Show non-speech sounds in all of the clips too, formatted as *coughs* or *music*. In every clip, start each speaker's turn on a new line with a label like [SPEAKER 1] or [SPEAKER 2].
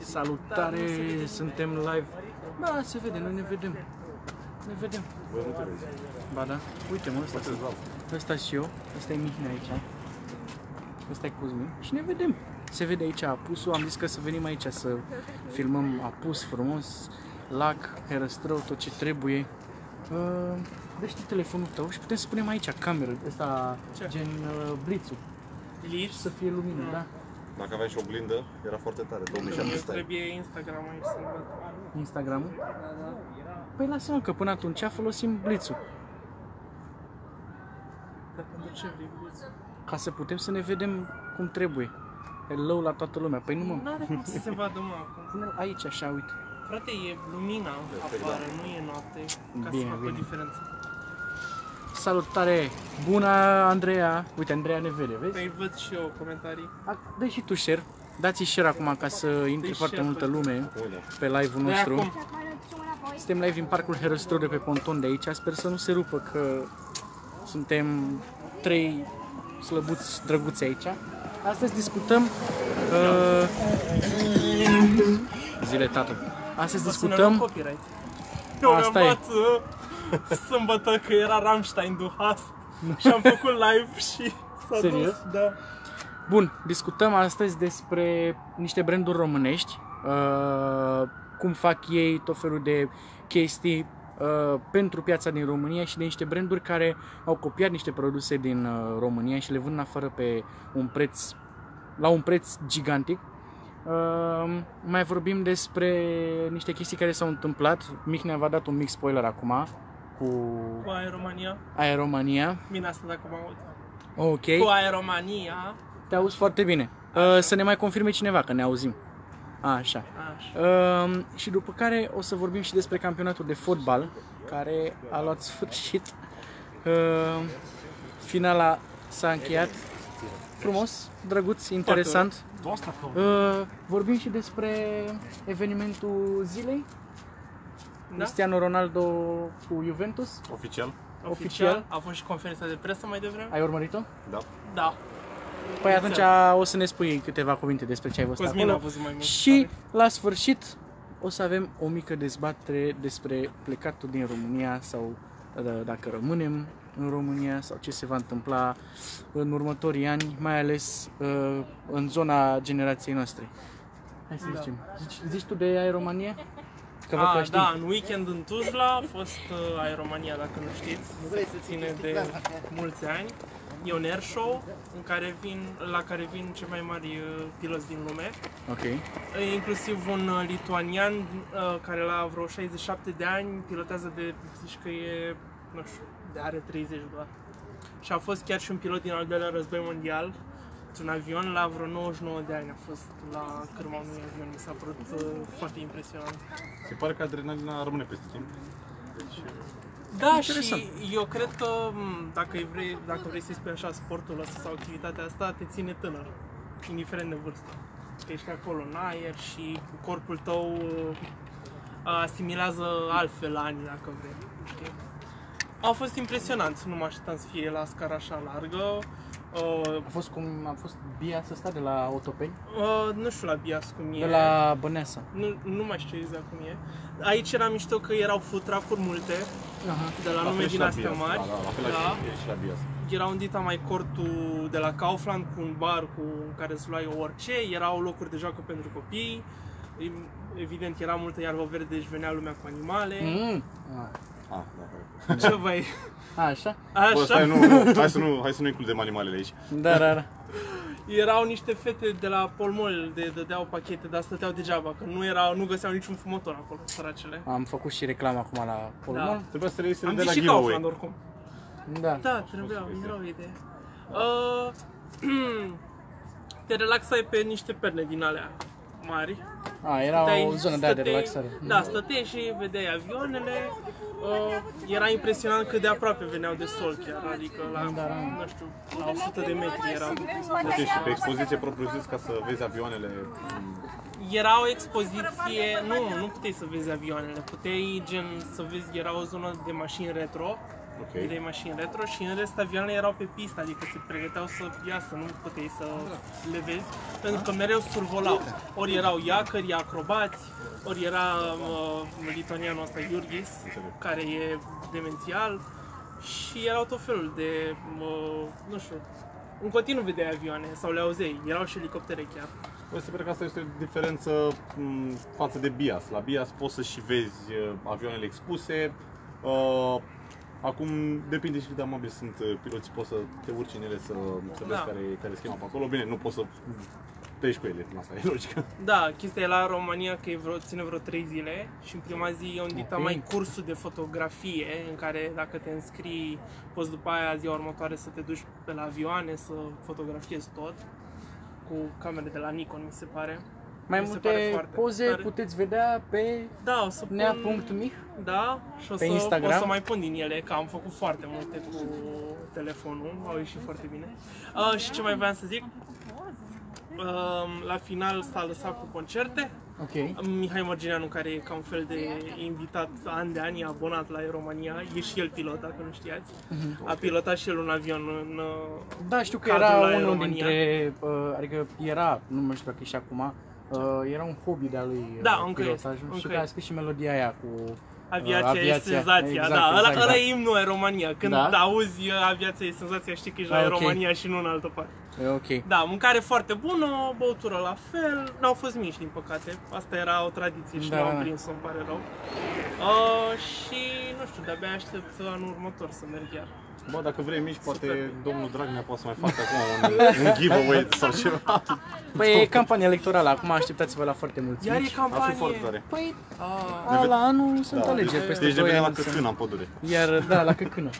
[SPEAKER 1] Salutare, suntem live. Ba, se vede, noi ne vedem. Ne vedem.
[SPEAKER 2] Voi nu te vezi.
[SPEAKER 1] Ba da, uite mă, ăsta,
[SPEAKER 2] Poate îți dau.
[SPEAKER 1] ăsta și eu, ăsta e Mihnea aici. Ăsta e Cosmin și ne vedem. Se vede aici apusul, am zis că să venim aici să filmăm apus frumos, lac, herăstrău, tot ce trebuie. Uh, Dă-și tu telefonul tău și putem să punem aici cameră, ăsta
[SPEAKER 3] Ce?
[SPEAKER 1] gen uh, blițul,
[SPEAKER 3] Lips.
[SPEAKER 1] să fie lumină, da?
[SPEAKER 2] Dacă aveai și o blindă, era foarte tare,
[SPEAKER 3] Eu
[SPEAKER 2] 2700 ai.
[SPEAKER 3] trebuie Instagram aici să văd.
[SPEAKER 1] Instagram-ul? Păi lasă-mă că până atunci folosim blițul.
[SPEAKER 3] Dar pentru ce vrei viață?
[SPEAKER 1] Ca să putem să ne vedem cum trebuie. Hello la toată lumea. Păi nu mă,
[SPEAKER 3] N-are cum să se vadă mă acum.
[SPEAKER 1] pune aici așa, uite.
[SPEAKER 3] Frate, e lumina
[SPEAKER 2] Perfect,
[SPEAKER 3] afară, nu e noapte. Ca
[SPEAKER 1] Bine,
[SPEAKER 3] să facă o
[SPEAKER 1] bine.
[SPEAKER 3] diferență.
[SPEAKER 1] Salutare! Bună, Andreea! Uite, Andreea ne vede, vezi?
[SPEAKER 3] Păi văd și eu comentarii.
[SPEAKER 1] Ac- Dă și tu share. Dați-i share acum ca să intre
[SPEAKER 3] Dă-i
[SPEAKER 1] foarte
[SPEAKER 3] share,
[SPEAKER 1] multă
[SPEAKER 3] păi.
[SPEAKER 1] lume
[SPEAKER 2] Uite,
[SPEAKER 1] pe live-ul
[SPEAKER 3] Dă-i
[SPEAKER 1] nostru.
[SPEAKER 3] Păi, acum.
[SPEAKER 1] Suntem live în parcul Herăstrău de pe ponton de aici. Sper să nu se rupă că suntem trei slăbuți drăguți aici. Astăzi discutăm
[SPEAKER 3] Da.
[SPEAKER 1] uh, zile tată. Astăzi
[SPEAKER 3] O să ne luăm
[SPEAKER 1] discutăm
[SPEAKER 3] copyright. Eu
[SPEAKER 1] Asta
[SPEAKER 3] mi-am
[SPEAKER 1] e.
[SPEAKER 3] luat uh, sâmbătă că era Rammstein du Hast și am făcut live și s-a
[SPEAKER 1] Serios?
[SPEAKER 3] dus. Da.
[SPEAKER 1] Bun, discutăm astăzi despre niște branduri românești, uh, cum fac ei tot felul de chestii uh, pentru piața din România și de niște branduri care au copiat niște produse din uh, România și le vând în afară pe un preț, la un preț gigantic. Uh, mai vorbim despre niște chestii care s-au întâmplat. Mihnea v-a dat un mic spoiler acum cu
[SPEAKER 3] Cu Aeromania.
[SPEAKER 1] Aeromania.
[SPEAKER 3] Bine asta dacă mă aud.
[SPEAKER 1] Ok,
[SPEAKER 3] Cu Aeromania.
[SPEAKER 1] te auzi foarte bine. Uh, să ne mai confirme cineva că ne auzim. Așa.
[SPEAKER 3] Așa.
[SPEAKER 1] Um, și după care o să vorbim și despre campionatul de fotbal care a luat sfârșit. Um, finala s-a încheiat frumos, drăguț, interesant. Uh, vorbim și despre evenimentul zilei.
[SPEAKER 3] Da?
[SPEAKER 1] Cristiano Ronaldo cu Juventus.
[SPEAKER 2] oficial,
[SPEAKER 1] Oficial.
[SPEAKER 3] Oficial. A fost și conferința de presă mai devreme.
[SPEAKER 1] Ai urmărit-o?
[SPEAKER 2] da.
[SPEAKER 3] Da.
[SPEAKER 1] Păi atunci o să ne spui câteva cuvinte despre ce ai văzut
[SPEAKER 3] Cosmin
[SPEAKER 1] acolo.
[SPEAKER 3] a văzut mai mult.
[SPEAKER 1] Și la sfârșit o să avem o mică dezbatere despre plecatul din România sau d- dacă rămânem în România sau ce se va întâmpla în următorii ani, mai ales uh, în zona generației noastre. Hai să
[SPEAKER 3] Da.
[SPEAKER 1] zicem. Zici, zici tu de Aeromania? Că văd că
[SPEAKER 3] Ah,
[SPEAKER 1] știi.
[SPEAKER 3] da, în weekend în Tuzla a fost uh, Aeromania, dacă nu știți. Se ține de mulți ani. E un air show în care vin, la care vin cei mai mari uh, piloți din lume.
[SPEAKER 1] Ok.
[SPEAKER 3] E inclusiv un uh, lituanian uh, care la vreo 67 de ani pilotează de, zici că e, nu știu, de are 30 doar. Și a fost chiar și un pilot din al doilea război mondial, un avion la vreo 99 de ani a fost la cârma unui avion, mi s-a părut uh, foarte impresionant.
[SPEAKER 2] Se pare că adrenalina rămâne peste timp. Deci,
[SPEAKER 3] Da,
[SPEAKER 1] Interesant.
[SPEAKER 3] și eu cred că m, dacă îi vrei, dacă vrei să-i spui așa sportul ăsta sau activitatea asta, te ține tânăr, indiferent de vârstă. Că ești acolo în aer și corpul tău uh, asimilează altfel ani, dacă vrei. știi? A fost impresionant, nu mă așteptam să fie la scara așa largă. Uh,
[SPEAKER 1] A fost cum a fost Bia să sta de la Otopeni,
[SPEAKER 3] uh, nu știu la Bias cum e.
[SPEAKER 1] de la Băneasa.
[SPEAKER 3] Nu, nu mai știu exact cum e. Aici era mișto că erau food truck-uri multe,
[SPEAKER 1] Aha.
[SPEAKER 3] de la, nume
[SPEAKER 2] fel și
[SPEAKER 3] din astea
[SPEAKER 2] Bias.
[SPEAKER 3] mari.
[SPEAKER 2] Da, da, la fel da. și, e și la Bias.
[SPEAKER 3] Era un dita mai cortul de la Kaufland cu un bar cu în care îți luai orice, erau locuri de joacă pentru copii, Em, evident era multă iarbă verde, deci venea lumea cu animale.
[SPEAKER 1] Mm. A,
[SPEAKER 2] Ah, da.
[SPEAKER 3] *laughs* Ce vai?
[SPEAKER 1] Așa?
[SPEAKER 2] Bă, stai,
[SPEAKER 3] Așa?
[SPEAKER 2] nu, nu, hai să nu, hai să nu includem animalele aici.
[SPEAKER 1] Da, da, da.
[SPEAKER 3] Erau niște fete de la Polmol de dădeau pachete, dar stăteau degeaba, că nu erau, nu găseau niciun fumător acolo, săracele.
[SPEAKER 1] Am făcut și reclamă acum la Polmon.
[SPEAKER 2] Trebuia să le iei să le
[SPEAKER 3] Am
[SPEAKER 2] dea
[SPEAKER 3] zis
[SPEAKER 2] la
[SPEAKER 3] și
[SPEAKER 2] giveaway.
[SPEAKER 3] Kaufland oricum.
[SPEAKER 1] Da. da.
[SPEAKER 3] Da, trebuia,
[SPEAKER 2] spus că
[SPEAKER 3] era o idee. Uh, *clears throat* te relaxai pe niște perne din alea mari.
[SPEAKER 1] A, era
[SPEAKER 3] Stăteai-
[SPEAKER 1] o zonă de, aia de
[SPEAKER 3] stăteai-
[SPEAKER 1] relaxare.
[SPEAKER 3] Da, stăteai și vedeai avioanele. Uh, era impresionant cât de aproape veneau de sol chiar, adică la,
[SPEAKER 1] Da, da.
[SPEAKER 3] nu știu, la 100 de metri erau.
[SPEAKER 2] Deci, și pe expoziție propriu zis ca să vezi avioanele. mm, m,
[SPEAKER 3] Era o expoziție, nu, nu puteai să vezi avioanele, puteai gen să vezi, era o zonă de mașini retro
[SPEAKER 2] Ok.
[SPEAKER 3] trei mașini retro și în rest avioanele erau pe pistă, adică se pregăteau să iasă, nu puteai să le vezi, pentru că mereu survolau. Ori erau iacări, acrobați, ori era uh, litonianul ăsta Iurghis,
[SPEAKER 2] Înțeleg.
[SPEAKER 3] care e demențial și erau tot felul de, uh, nu știu, în continuu vedeai avioane sau le auzeai, erau și elicoptere chiar.
[SPEAKER 2] Bă, se pare că asta este o diferență m, față de Bias. La Bias poți să și vezi uh, avioanele expuse. Uh, Acum depinde și cât de amabili sunt uh, piloții, poți să te urci în ele să, să vezi
[SPEAKER 3] Da.
[SPEAKER 2] care, e- care e schema pe acolo. Bine, nu poți să treci cu ele, asta e logică.
[SPEAKER 3] Da, chestia e la România că e vreo, ține vreo 3 zile și în prima zi eu îndita
[SPEAKER 1] Ok.
[SPEAKER 3] mai cursul de fotografie în care dacă te înscrii poți după aia ziua următoare să te duci pe la avioane să fotografiezi tot cu camere de la Nikon, mi se pare.
[SPEAKER 1] Mai
[SPEAKER 3] Mi se pare
[SPEAKER 1] multe
[SPEAKER 3] foarte
[SPEAKER 1] poze
[SPEAKER 3] tare.
[SPEAKER 1] puteți vedea pe
[SPEAKER 3] Da, o să pun...
[SPEAKER 1] nea.mih.
[SPEAKER 3] Da, și o
[SPEAKER 1] Pe
[SPEAKER 3] să,
[SPEAKER 1] Instagram?
[SPEAKER 3] o să mai pun din ele, că am făcut foarte multe cu telefonul, au ieșit foarte bine. Uh, și ce mai vreau să zic? Uh, la final s-a lăsat cu concerte.
[SPEAKER 1] Ok.
[SPEAKER 3] Mihai Margineanu, care e ca un fel de invitat an de ani, e abonat la România, e și el pilot, dacă nu știați. A pilotat și el un avion în... uh,
[SPEAKER 1] Da, știu că
[SPEAKER 3] Cadrul
[SPEAKER 1] era
[SPEAKER 3] la
[SPEAKER 1] unul
[SPEAKER 3] România.
[SPEAKER 1] dintre, uh, adică era, nu mai știu dacă e și acum, uh, era un hobby de-a lui uh,
[SPEAKER 3] Da, încă
[SPEAKER 1] pilotajul
[SPEAKER 3] este,
[SPEAKER 1] și
[SPEAKER 3] încă
[SPEAKER 1] că a
[SPEAKER 3] este.
[SPEAKER 1] scris și melodia aia cu uh,
[SPEAKER 3] Aviația,
[SPEAKER 1] Aviația,
[SPEAKER 3] e senzația,
[SPEAKER 1] exact,
[SPEAKER 3] da, ăla,
[SPEAKER 1] exact,
[SPEAKER 3] ăla
[SPEAKER 1] da.
[SPEAKER 3] e imnul Air România. Când
[SPEAKER 1] Da.
[SPEAKER 3] auzi uh, aviația e senzația, știi că ești la
[SPEAKER 1] Ah,
[SPEAKER 3] Air
[SPEAKER 1] ok.
[SPEAKER 3] România și nu în altă parte.
[SPEAKER 1] E exact. ok.
[SPEAKER 3] Da, mâncare foarte bună, băutură la fel, n-au fost mici din păcate, asta era o tradiție și
[SPEAKER 1] Da,
[SPEAKER 3] nu
[SPEAKER 1] da.
[SPEAKER 3] am prins-o, îmi pare rău. Uh, și nu știu, de-abia aștept anul următor să merg iar.
[SPEAKER 2] Bă, dacă vrei mici, poate
[SPEAKER 3] Super.
[SPEAKER 2] domnul Dragnea poate să mai facă acum un, un giveaway sau
[SPEAKER 3] *laughs*
[SPEAKER 2] ceva.
[SPEAKER 1] Păi e campanie electorală, acum așteptați-vă la foarte mulți
[SPEAKER 3] Iar e
[SPEAKER 1] mici.
[SPEAKER 2] Ar fi
[SPEAKER 3] campanie.
[SPEAKER 2] foarte tare.
[SPEAKER 1] Păi
[SPEAKER 3] Ah.
[SPEAKER 1] a, la anul sunt alegeri
[SPEAKER 2] deci-
[SPEAKER 1] peste
[SPEAKER 2] Deci ne
[SPEAKER 1] 2
[SPEAKER 2] vedem
[SPEAKER 1] ani.
[SPEAKER 2] la
[SPEAKER 1] sunt-
[SPEAKER 2] Căcâna în pădure.
[SPEAKER 1] Iar, da, la căcână.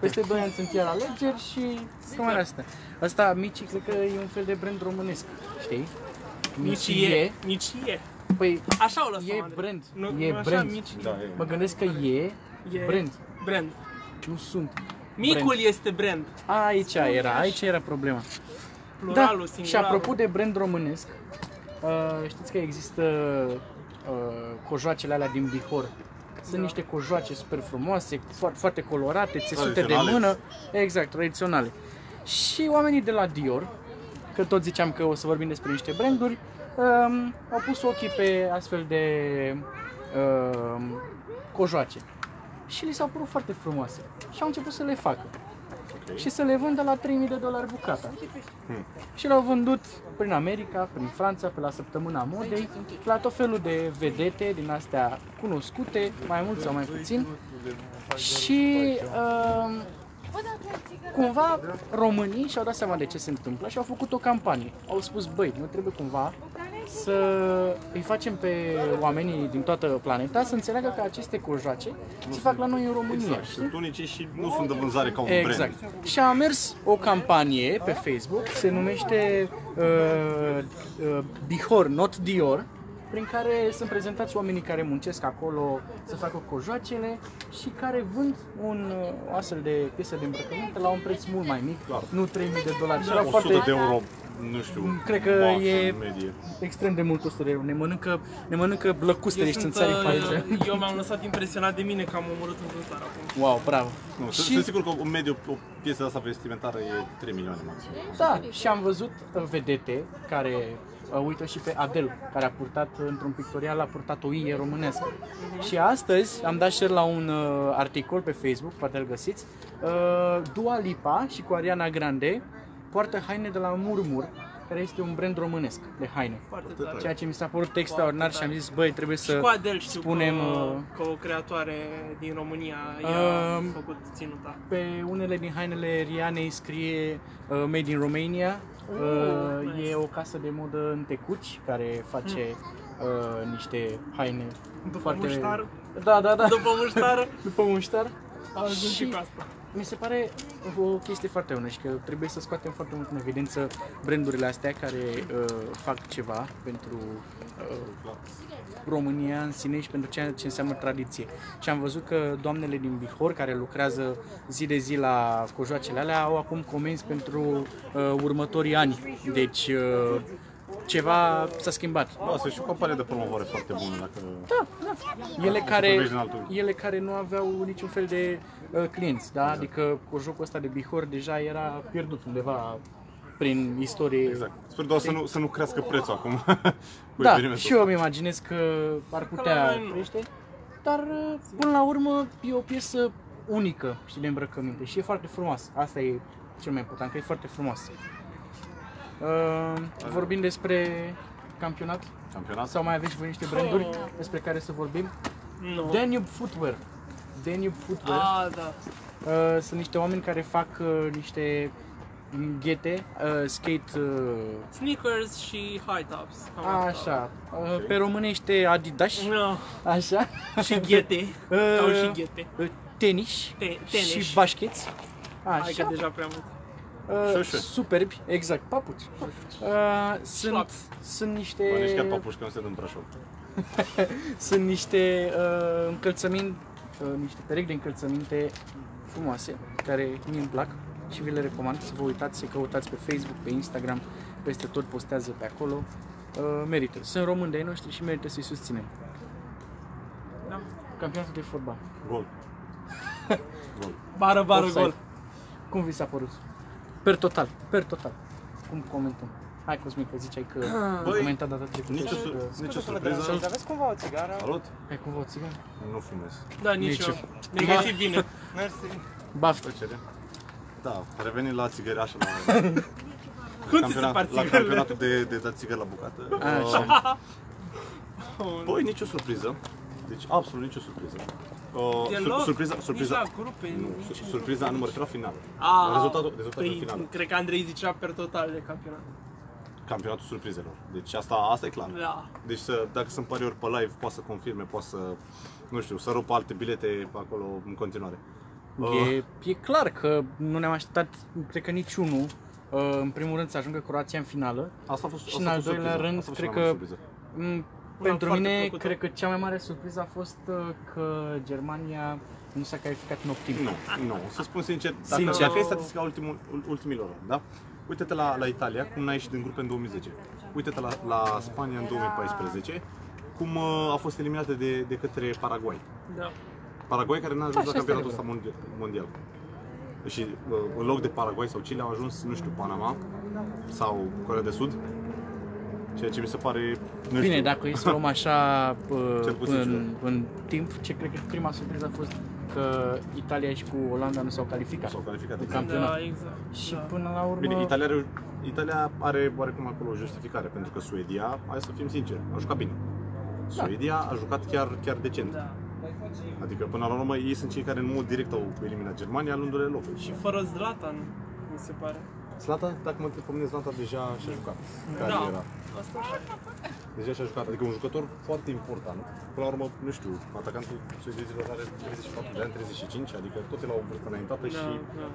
[SPEAKER 1] Peste 2 ani sunt iar alegeri și cam mai asta. Asta, Mici, cred că e un fel fel de brand românesc, știi?
[SPEAKER 3] Nici
[SPEAKER 1] Mici
[SPEAKER 3] e,
[SPEAKER 1] e.
[SPEAKER 3] nici e.
[SPEAKER 1] Păi,
[SPEAKER 3] Așa o lăsăm.
[SPEAKER 1] E
[SPEAKER 3] Andrei.
[SPEAKER 1] brand.
[SPEAKER 3] Nu,
[SPEAKER 1] E
[SPEAKER 3] nu așa,
[SPEAKER 1] brand.
[SPEAKER 3] Mici,
[SPEAKER 2] Da, e.
[SPEAKER 1] mă gândesc că e,
[SPEAKER 3] E
[SPEAKER 1] brand. Da,
[SPEAKER 3] brand.
[SPEAKER 1] Nu sunt.
[SPEAKER 3] Micul
[SPEAKER 1] Brand.
[SPEAKER 3] este brand.
[SPEAKER 1] Aici era, aici era problema.
[SPEAKER 3] Pluralul,
[SPEAKER 1] da.
[SPEAKER 3] singularul.
[SPEAKER 1] Și apropo de brand românesc, uh, știți că există uh, cojoacele alea din Bihor. Sunt
[SPEAKER 3] Da.
[SPEAKER 1] niște cojoace super frumoase, foarte, foarte colorate, țesute de
[SPEAKER 2] Tradiționale.
[SPEAKER 1] mână. Exact, tradiționale. Și oamenii de la Dior, că tot ziceam că o să vorbim despre niște branduri, um, au pus ochii pe astfel de um, cojoace. Și li s-au părut foarte frumoase. Și au început să le facă
[SPEAKER 2] Ok.
[SPEAKER 1] și să le vândă la 3000 de dolari bucata.
[SPEAKER 2] Hmm.
[SPEAKER 1] Și l-au vândut prin America, prin Franța, pe la săptămâna modei, la tot felul de vedete din astea cunoscute, mai mult sau mai puțin. Și um, cumva românii și-au dat seama de ce se întâmplă și au făcut o campanie. Au spus, băi, noi trebuie cumva să îi facem pe oamenii din toată planeta să înțeleagă că aceste cojoace se fac la noi în România.
[SPEAKER 2] Exact.
[SPEAKER 1] știi?
[SPEAKER 2] Sunt unice și nu sunt de vânzare ca un
[SPEAKER 1] Exact.
[SPEAKER 2] brand.
[SPEAKER 1] Și a mers o campanie pe Facebook, se numește uh, uh, Bihor, not Dior, prin care sunt prezentați oamenii care muncesc acolo să facă cojoacele și care vând un, uh, o astfel de piesă de îmbrăcăminte la un preț mult mai mic,
[SPEAKER 2] Clar.
[SPEAKER 1] nu 3000 de dolari. Și era
[SPEAKER 2] 100
[SPEAKER 1] foarte Mm,
[SPEAKER 2] de euro, nu știu,
[SPEAKER 1] Cred că
[SPEAKER 2] maxim,
[SPEAKER 1] e-
[SPEAKER 2] medie.
[SPEAKER 1] extrem de mult 100 de euro. Ne mănâncă, ne mănâncă blăcustele și
[SPEAKER 3] sunt,
[SPEAKER 1] țânțarii pe aici.
[SPEAKER 3] uh, eu m-am lăsat impresionat de mine că am omorât un vânzar acum.
[SPEAKER 1] Wow, bravo.
[SPEAKER 2] Nu, și...
[SPEAKER 1] Și-
[SPEAKER 2] Sunt sigur că un mediu, o piesă asta vestimentară e 3 milioane maxim.
[SPEAKER 1] Da, și am văzut uh, vedete care uh, uită și pe Adel, care a purtat uh, într-un pictorial, a purtat o ie românească. Și astăzi am dat share la un uh, articol pe Facebook, poate îl găsiți, uh, Dua Lipa și cu Ariana Grande poartă haine de la Murmur, care este un brand românesc de haine.
[SPEAKER 3] Foarte
[SPEAKER 2] Atât,
[SPEAKER 3] tare.
[SPEAKER 1] Ceea ce mi s-a părut extraordinar și am zis, băi, trebuie
[SPEAKER 3] Și cu
[SPEAKER 1] să...
[SPEAKER 3] Adel știu
[SPEAKER 1] spunem,
[SPEAKER 3] că,
[SPEAKER 1] uh,
[SPEAKER 3] că o creatoare din România i-a
[SPEAKER 1] Um,
[SPEAKER 3] făcut ținuta. *laughs*
[SPEAKER 1] Pe unele din hainele Rianei scrie uh, Made in Romania,
[SPEAKER 3] Oh,
[SPEAKER 1] Uh, e
[SPEAKER 3] nice.
[SPEAKER 1] o casă de modă în Tecuci care face uh, niște haine
[SPEAKER 3] Hmm. După
[SPEAKER 1] foarte...
[SPEAKER 3] muștar,
[SPEAKER 1] Da, da, da.
[SPEAKER 3] după muștar,
[SPEAKER 1] *laughs* După muștar.
[SPEAKER 3] ajuns și
[SPEAKER 1] Și-
[SPEAKER 3] cu asta.
[SPEAKER 1] Mi se pare o chestie foarte bună și că trebuie să scoatem foarte mult în evidență brandurile astea care uh, fac ceva pentru uh,
[SPEAKER 2] Clar.
[SPEAKER 1] România în sine și pentru ceea ce înseamnă tradiție. Și am văzut că doamnele din Bihor, care lucrează zi de zi la cojoacele alea, au acum comenzi pentru uh, următorii ani. Deci, uh, ceva s-a schimbat.
[SPEAKER 2] Da, sunt și o campanie de promovare foarte bună dacă...
[SPEAKER 1] Da, da. Ele
[SPEAKER 2] să
[SPEAKER 1] care,
[SPEAKER 2] privești în altul.
[SPEAKER 1] ele care nu aveau niciun fel de uh, clienți, da?
[SPEAKER 2] Exact.
[SPEAKER 1] Adică cu jocul ăsta de Bihor deja era pierdut undeva prin istorie.
[SPEAKER 2] Exact. Sper doar să nu, să nu crească prețul acum *laughs* cu
[SPEAKER 1] Da,
[SPEAKER 2] experimentul
[SPEAKER 1] și eu îmi imaginez că ar putea
[SPEAKER 3] la noi nu.
[SPEAKER 1] crește, dar uh, până la urmă e o piesă unică, știi, de îmbrăcăminte și e foarte frumoasă. Asta e cel mai important, că e foarte frumoasă. Uh, vorbim despre campionat
[SPEAKER 2] campionat.
[SPEAKER 1] sau mai aveți voi niște branduri
[SPEAKER 3] Păi,
[SPEAKER 1] despre care să vorbim?
[SPEAKER 3] Nu.
[SPEAKER 1] Danube Footwear. Danube Footwear.
[SPEAKER 3] A, da.
[SPEAKER 1] Uh, sunt niște oameni care fac uh, niște ghete, uh, skate, uh,
[SPEAKER 3] Sneakers și high tops. Cam atâta.
[SPEAKER 1] așa, uh, pe românește Adidas,
[SPEAKER 3] No.
[SPEAKER 1] așa,
[SPEAKER 3] Și
[SPEAKER 1] *laughs*
[SPEAKER 3] ghete. Au și ghete.
[SPEAKER 1] uh, tenis,
[SPEAKER 3] Te- tenis.
[SPEAKER 1] și bașcheți,
[SPEAKER 3] Hai că
[SPEAKER 1] așa,
[SPEAKER 3] deja prea mult.
[SPEAKER 1] uh,
[SPEAKER 2] Șoșe.
[SPEAKER 1] superbi, exact, papuci. Uh, sunt,
[SPEAKER 3] Șlaps.
[SPEAKER 1] sunt
[SPEAKER 2] Bă,
[SPEAKER 1] niște,
[SPEAKER 2] nici chiar papuși că nu sunt în Brașov.
[SPEAKER 1] sunt niște uh, încălțăminte, uh, niște perechi de încălțăminte frumoase, care mie îmi plac și vi le recomand să vă uitați, să căutați pe Facebook, pe Instagram, peste tot postează pe acolo. Uh, merită. Sunt români de ai noștri și merită să-i susținem.
[SPEAKER 3] Da.
[SPEAKER 1] Campionatul de fotbal.
[SPEAKER 2] Gol. Gol.
[SPEAKER 3] Bară, bară,
[SPEAKER 1] Offside.
[SPEAKER 3] gol.
[SPEAKER 1] Cum vi s-a părut? Per total, per total. Cum comentăm? Hai Cosmin, că ziceai că ai
[SPEAKER 2] Ah. Băi,
[SPEAKER 1] comentat data trecută
[SPEAKER 2] Nici o,
[SPEAKER 1] și
[SPEAKER 2] su-
[SPEAKER 1] că...
[SPEAKER 2] nici o surpriză.
[SPEAKER 4] Dar aveți cumva o țigară?
[SPEAKER 2] Salut.
[SPEAKER 1] Ai cumva o țigară?
[SPEAKER 2] Nu fumez.
[SPEAKER 3] Da, nici
[SPEAKER 1] Nici
[SPEAKER 3] eu.
[SPEAKER 1] eu.
[SPEAKER 3] Ne-ai găsit bine.
[SPEAKER 4] Mersi.
[SPEAKER 1] Baftă.
[SPEAKER 2] Plăcere. Da, revenim la țigări așa
[SPEAKER 1] *laughs*
[SPEAKER 2] la, la,
[SPEAKER 3] *laughs* Cum ți se par
[SPEAKER 2] campionat, la
[SPEAKER 3] țigările?
[SPEAKER 2] campionatul de, de dat țigări la bucată.
[SPEAKER 1] Așa.
[SPEAKER 2] Uh, Băi, nicio surpriză. Deci, absolut nicio surpriză. Uh,
[SPEAKER 3] Deloc?
[SPEAKER 2] sur- surpriza,
[SPEAKER 3] Nici
[SPEAKER 2] surpriza,
[SPEAKER 3] la grupe,
[SPEAKER 2] nu,
[SPEAKER 3] nici
[SPEAKER 2] sur-
[SPEAKER 3] în
[SPEAKER 2] surpriza nu mă refer la final.
[SPEAKER 3] *laughs* A,
[SPEAKER 2] rezultatul, rezultatul
[SPEAKER 3] păi,
[SPEAKER 2] final.
[SPEAKER 3] Cred că Andrei zicea per total de campionat.
[SPEAKER 2] Campionatul surprizelor. Deci asta, asta e clar.
[SPEAKER 3] Da.
[SPEAKER 2] Deci să, dacă sunt pariuri pe live, poate să confirme, poate să, nu știu, să rupă alte bilete acolo în continuare. Uh,
[SPEAKER 1] E, e clar că nu ne-am așteptat, cred că niciunul, uh, în primul rând să ajungă Croația în finală.
[SPEAKER 2] asta a fost,
[SPEAKER 1] și
[SPEAKER 2] asta
[SPEAKER 1] în
[SPEAKER 2] a
[SPEAKER 1] al
[SPEAKER 2] fost
[SPEAKER 1] doilea
[SPEAKER 2] surpriză.
[SPEAKER 1] rând,
[SPEAKER 2] Asta a fost
[SPEAKER 1] cred
[SPEAKER 2] cea mai mare
[SPEAKER 1] că-
[SPEAKER 2] surpriză.
[SPEAKER 1] Mm, Pentru
[SPEAKER 3] foarte
[SPEAKER 1] mine,
[SPEAKER 3] plăcută.
[SPEAKER 1] cred că cea mai mare surpriză a fost uh, că Germania nu s-a calificat în optim.
[SPEAKER 2] Nu, nu, să spun sincer, dacă,
[SPEAKER 1] Sincer.
[SPEAKER 2] dacă e statistica ultimul, ul- ultimilor ani, da? Uite-te la, la Italia, cum n-a ieșit din grupe în 2010. Uite-te la, la Spania în 2014, cum uh, a fost eliminată de, de către Paraguay.
[SPEAKER 3] Da.
[SPEAKER 2] Paraguay care n-a ajuns
[SPEAKER 1] Da,
[SPEAKER 2] la
[SPEAKER 1] și asta e
[SPEAKER 2] campionatul ăsta mondial. mondial. Și uh, în loc de Paraguay sau Chile au ajuns, nu știu, Panama sau Corea de Sud. Ceea ce mi se pare, nu
[SPEAKER 1] Bine,
[SPEAKER 2] știu,
[SPEAKER 1] dacă e să luăm așa uh,
[SPEAKER 2] Cel puțin
[SPEAKER 1] în, în timp, ce cred că prima surpriză a fost că Italia și cu Olanda nu s-au calificat.
[SPEAKER 2] s-au calificat.
[SPEAKER 1] În
[SPEAKER 2] exact.
[SPEAKER 1] Campionat.
[SPEAKER 3] Da, exact.
[SPEAKER 1] Și
[SPEAKER 3] da.
[SPEAKER 1] până la urmă...
[SPEAKER 2] Bine, Italia are, Italia are oarecum acolo o justificare, pentru că Suedia, hai să fim sinceri, a jucat bine.
[SPEAKER 1] Da.
[SPEAKER 2] Suedia a jucat chiar, chiar decent.
[SPEAKER 3] Da.
[SPEAKER 2] Adică, până la urmă, ei sunt cei care în mod direct au eliminat Germania, luându-le locul.
[SPEAKER 3] Și fără Zlatan, mi se pare.
[SPEAKER 2] Slata, dacă mă întreb pe mine, Slata deja și-a jucat
[SPEAKER 3] Da.
[SPEAKER 2] cariera.
[SPEAKER 3] Asta așa.
[SPEAKER 2] Deja și-a jucat, adică un jucător foarte important. Până la urmă, nu știu, atacantul suedezilor are 34 de ani, 35, adică tot e la o vârstă înaintată
[SPEAKER 3] Da,
[SPEAKER 2] Păi și,
[SPEAKER 3] da.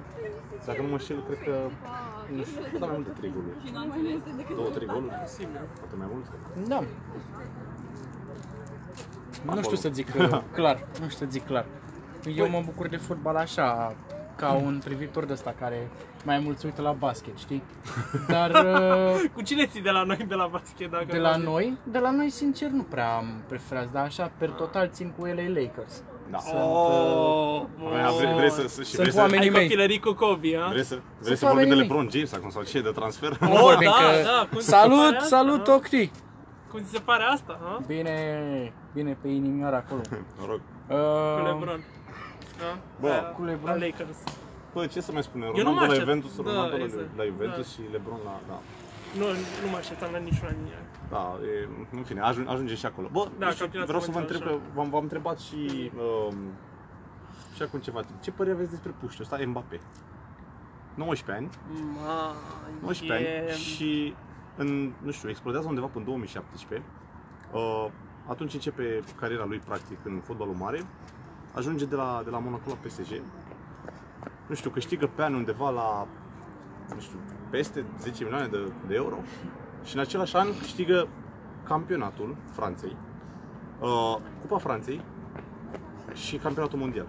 [SPEAKER 2] dacă nu mă înșel, cred că, nu știu, a dat mai multe 3 goluri. 2-3 goluri,
[SPEAKER 3] Posibil.
[SPEAKER 2] poate mai mult.
[SPEAKER 1] Da. Nu știu să
[SPEAKER 3] *laughs*
[SPEAKER 1] zic uh, clar, nu știu să zic clar.
[SPEAKER 3] Păi-
[SPEAKER 1] Eu mă bucur de fotbal așa, ca un privitor de ăsta care mai mult se uită la basket, știi?
[SPEAKER 3] *laughs*
[SPEAKER 1] Dar uh,
[SPEAKER 3] Cu cine ții de la noi, de la basket, dacă
[SPEAKER 1] de la
[SPEAKER 3] nu?
[SPEAKER 1] noi, de la noi sincer nu prea am preferați, dar așa per total țin cu LA Lakers.
[SPEAKER 2] Da.
[SPEAKER 1] Sunt, uh,
[SPEAKER 3] Oh,
[SPEAKER 2] Avea- Vrei, vrei să, să, și
[SPEAKER 1] Sunt
[SPEAKER 2] vrei să,
[SPEAKER 1] oameni-
[SPEAKER 3] Ai
[SPEAKER 1] Ai mei.
[SPEAKER 3] copilării cu Kobe, a?
[SPEAKER 2] vrei să, vrei să
[SPEAKER 1] oamenii
[SPEAKER 2] vorbim de
[SPEAKER 1] mei.
[SPEAKER 2] LeBron James acum sau ce, de transfer?
[SPEAKER 1] Nu
[SPEAKER 2] *laughs*
[SPEAKER 3] Oh,
[SPEAKER 1] vorbim
[SPEAKER 3] da,
[SPEAKER 1] că...
[SPEAKER 3] da, cum se pare
[SPEAKER 1] salut,
[SPEAKER 3] asta,
[SPEAKER 1] salut,
[SPEAKER 3] da?
[SPEAKER 1] Ocri!
[SPEAKER 3] Cum ți se pare asta, ha?
[SPEAKER 1] Bine, bine pe inimioara acolo.
[SPEAKER 2] Noroc.
[SPEAKER 3] *laughs* Cu
[SPEAKER 1] Uh,
[SPEAKER 3] LeBron. Da?
[SPEAKER 2] Bă,
[SPEAKER 3] Da,
[SPEAKER 1] cu LeBron.
[SPEAKER 3] La Lakers.
[SPEAKER 2] Bă, ce să mai spunem?
[SPEAKER 3] Eu nu mă
[SPEAKER 2] Ronaldo la
[SPEAKER 3] aștept.
[SPEAKER 2] Juventus,
[SPEAKER 3] Da,
[SPEAKER 2] Ronaldo la-
[SPEAKER 3] exact.
[SPEAKER 2] la Juventus
[SPEAKER 3] Da.
[SPEAKER 2] și LeBron la... Da,
[SPEAKER 3] Nu, nu mă așteptam la niciuna din ele.
[SPEAKER 2] da e, în fine, ajunge, ajunge și acolo. Bă,
[SPEAKER 3] Da,
[SPEAKER 2] nu știu,
[SPEAKER 3] campionatul
[SPEAKER 2] vreau să vă
[SPEAKER 3] mondial,
[SPEAKER 2] întreb, că v-am, v-am întrebat și... Um, și acum ceva timp. Ce părere aveți despre puștiu ăsta, Mbappé? 19 ani,
[SPEAKER 3] Ma,
[SPEAKER 2] 19 ani și în, nu știu, explodează undeva până în 2017. Uh, atunci începe cariera lui practic în fotbalul mare. Ajunge de la, de la Monaco la PSG. Nu știu, câștigă pe an undeva la, nu știu, peste 10 milioane de, de euro. Și în același an câștigă campionatul Franței, uh, Cupa Franței și campionatul mondial.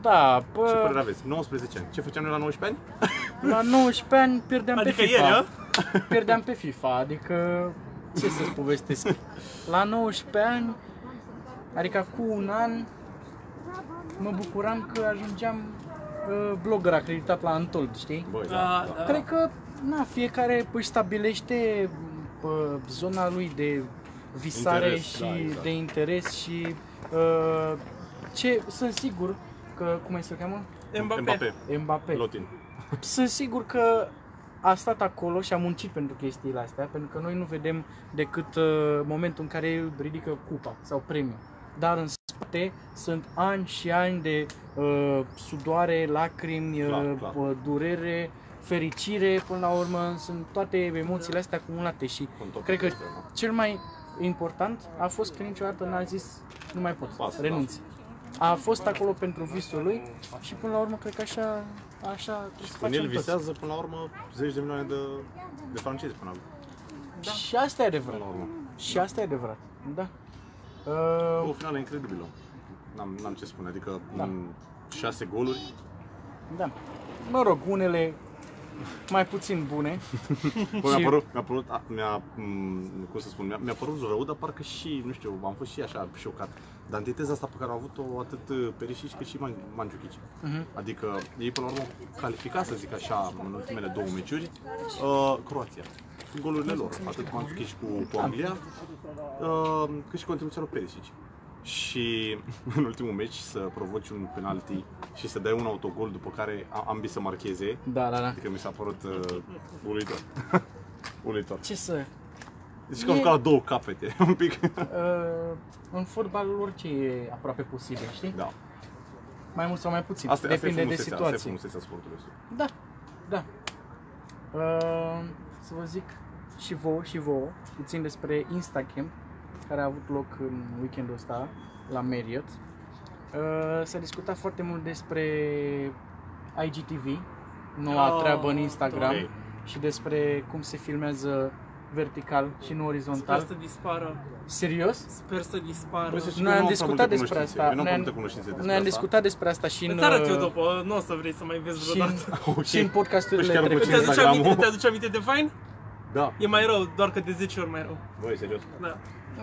[SPEAKER 1] da,
[SPEAKER 2] Ce părere
[SPEAKER 1] bă,
[SPEAKER 2] aveți? 19 ani. Ce făceam noi la 19 ani?
[SPEAKER 1] la 19 ani pierdeam
[SPEAKER 3] Adică
[SPEAKER 1] pe FIFA.
[SPEAKER 3] ieri, a?
[SPEAKER 1] pierdeam pe FIFA, adică ce să-ți povestesc. La 19 ani, adică cu un an, mă bucuram că ajungeam uh, blogger acreditat la Antold, știi?
[SPEAKER 2] Băi,
[SPEAKER 3] Da,
[SPEAKER 2] da, da.
[SPEAKER 3] da.
[SPEAKER 1] Cred că, na, fiecare își stabilește uh, zona lui de visare
[SPEAKER 2] Interes,
[SPEAKER 1] și
[SPEAKER 2] da, exact.
[SPEAKER 1] de interes și uh, ce, sunt sigur că, cum ai se cheamă?
[SPEAKER 3] Mbappé.
[SPEAKER 2] Mbappé.
[SPEAKER 1] Mbappé.
[SPEAKER 2] Lotin.
[SPEAKER 1] Sunt sigur că a stat acolo și a muncit pentru chestiile astea, pentru că noi nu vedem decât uh, momentul în care ridică cupa sau premiul. Dar în spate sunt ani și ani de uh, sudoare, lacrimi,
[SPEAKER 2] Clar,
[SPEAKER 1] uh,
[SPEAKER 2] clar.
[SPEAKER 1] uh, durere, fericire, până la urmă sunt toate emoțiile astea acumulate și
[SPEAKER 2] Contopul
[SPEAKER 1] cred că
[SPEAKER 2] este, da.
[SPEAKER 1] cel mai important a fost că niciodată n-a zis nu mai pot,
[SPEAKER 2] Basta,
[SPEAKER 1] renunț. A fost acolo pentru visul lui și până la urmă cred că așa, așa trebuie să
[SPEAKER 2] Când
[SPEAKER 1] facem
[SPEAKER 2] el
[SPEAKER 1] toți.
[SPEAKER 2] visează, până la urmă, zeci de milioane de, de francezi până,
[SPEAKER 1] Da. Și asta e
[SPEAKER 2] până la
[SPEAKER 1] adevărat.
[SPEAKER 2] urmă.
[SPEAKER 1] Și asta e adevărat. Da.
[SPEAKER 2] Bă, O
[SPEAKER 1] Uh,
[SPEAKER 2] finală incredibilă. N-am, n-am ce spune, adică
[SPEAKER 1] Da.
[SPEAKER 2] da. șase goluri.
[SPEAKER 1] da. Mă rog, unele mai puțin
[SPEAKER 2] *laughs*
[SPEAKER 1] bune.
[SPEAKER 2] Bă,
[SPEAKER 1] Și-
[SPEAKER 2] mi-a părut, mi-a părut, a, mi-a, m, cum să spun, mi-a, mi-a părut rău, dar parcă și, nu știu, am fost și așa șocat. Dar antiteza asta pe care au avut-o atât uh, Perisic cât și Man- Mandzukic.
[SPEAKER 1] Mhm.
[SPEAKER 2] Adică ei până la urmă califica, să zic așa, în ultimele două meciuri, uh, Croația. Cu Golurile lor, atât Mandzukic cu, cu Anglia, uh, cât și contribuția lui Perisic. Și în ultimul meci să provoci un penalti și să dai un autogol după care a- ambii să marcheze,
[SPEAKER 1] Da, da, da.
[SPEAKER 2] Adică mi s-a părut uh, uluitor. *laughs* uluitor.
[SPEAKER 1] Ce să...
[SPEAKER 2] Deci că am jucat la două capete, *laughs* un pic. Da.
[SPEAKER 1] Uh, în fotbal orice e aproape posibil, știi?
[SPEAKER 2] Da.
[SPEAKER 1] Mai mult sau mai puțin.
[SPEAKER 2] Asta, asta e
[SPEAKER 1] Depinde de
[SPEAKER 2] frumusețea, asta e
[SPEAKER 1] situație.
[SPEAKER 2] frumusețea sportului.
[SPEAKER 1] Da, da. Uh, să vă zic și vouă, și vouă, puțin despre Instacamp, care a avut loc în weekendul ăsta la Marriott. Uh, s-a discutat foarte mult despre IGTV, noua
[SPEAKER 3] Oh,
[SPEAKER 1] treabă în Instagram,
[SPEAKER 2] Ah, ok.
[SPEAKER 1] și despre cum se filmează vertical și nu
[SPEAKER 3] Sper
[SPEAKER 1] orizontal.
[SPEAKER 3] să dispară.
[SPEAKER 1] Serios?
[SPEAKER 3] Sper să dispară.
[SPEAKER 2] Vreau să știu
[SPEAKER 1] Noi
[SPEAKER 2] că
[SPEAKER 1] am
[SPEAKER 2] nu
[SPEAKER 1] discutat
[SPEAKER 2] prea multe
[SPEAKER 1] despre
[SPEAKER 2] cunoștințe.
[SPEAKER 1] asta.
[SPEAKER 2] Eu nu
[SPEAKER 1] Noi
[SPEAKER 2] am
[SPEAKER 1] am-
[SPEAKER 2] multe cunoștințe despre
[SPEAKER 1] Noi am
[SPEAKER 2] asta.
[SPEAKER 1] discutat despre asta și în,
[SPEAKER 3] Îți arăt eu
[SPEAKER 1] uh,
[SPEAKER 3] după, nu o să vrei să mai vezi
[SPEAKER 1] și în,
[SPEAKER 3] vreodată.
[SPEAKER 2] Ok.
[SPEAKER 1] și în podcasturile
[SPEAKER 2] Deci chiar îmi
[SPEAKER 3] Îți
[SPEAKER 2] plăcea
[SPEAKER 1] trecute.
[SPEAKER 3] aduce, aminte,
[SPEAKER 2] Instagram-ul.
[SPEAKER 3] îți aduce aminte de Vine?
[SPEAKER 2] Da,
[SPEAKER 3] E mai rău, doar că de 10 ori mai rău.
[SPEAKER 2] băi, serios.
[SPEAKER 3] Da.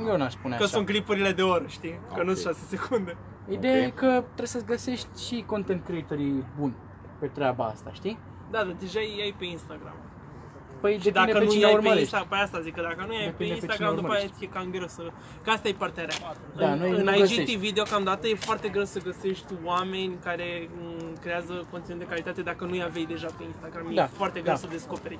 [SPEAKER 1] Eu n-aș spune
[SPEAKER 3] Că
[SPEAKER 1] așa.
[SPEAKER 3] sunt clipurile de oră, știi? Că nu sunt
[SPEAKER 2] Ok.
[SPEAKER 3] 6 secunde.
[SPEAKER 1] Ideea
[SPEAKER 2] Ok.
[SPEAKER 1] e că trebuie să-ți găsești și content creatorii buni pe treaba asta, știi?
[SPEAKER 3] Da, dar deja îi ai pe Instagram.
[SPEAKER 1] Păi
[SPEAKER 3] Și
[SPEAKER 1] depinde
[SPEAKER 3] dacă
[SPEAKER 1] pe
[SPEAKER 3] nu
[SPEAKER 1] cine
[SPEAKER 3] ai pe
[SPEAKER 1] urmărești.
[SPEAKER 3] Instagram, pe asta zic, că dacă nu ai pe
[SPEAKER 1] Depinde pe
[SPEAKER 3] Instagram,
[SPEAKER 1] cine
[SPEAKER 3] după aia
[SPEAKER 1] urmărești.
[SPEAKER 3] e cam greu să... Că asta e partea rea.
[SPEAKER 1] Da,
[SPEAKER 3] în
[SPEAKER 1] nu-
[SPEAKER 3] în
[SPEAKER 1] nu
[SPEAKER 3] IGTV
[SPEAKER 1] găsești.
[SPEAKER 3] deocamdată e foarte greu să găsești oameni care m, creează conținut de calitate dacă nu-i aveai deja pe Instagram.
[SPEAKER 1] Da,
[SPEAKER 3] e foarte greu
[SPEAKER 1] da.
[SPEAKER 3] să descoperi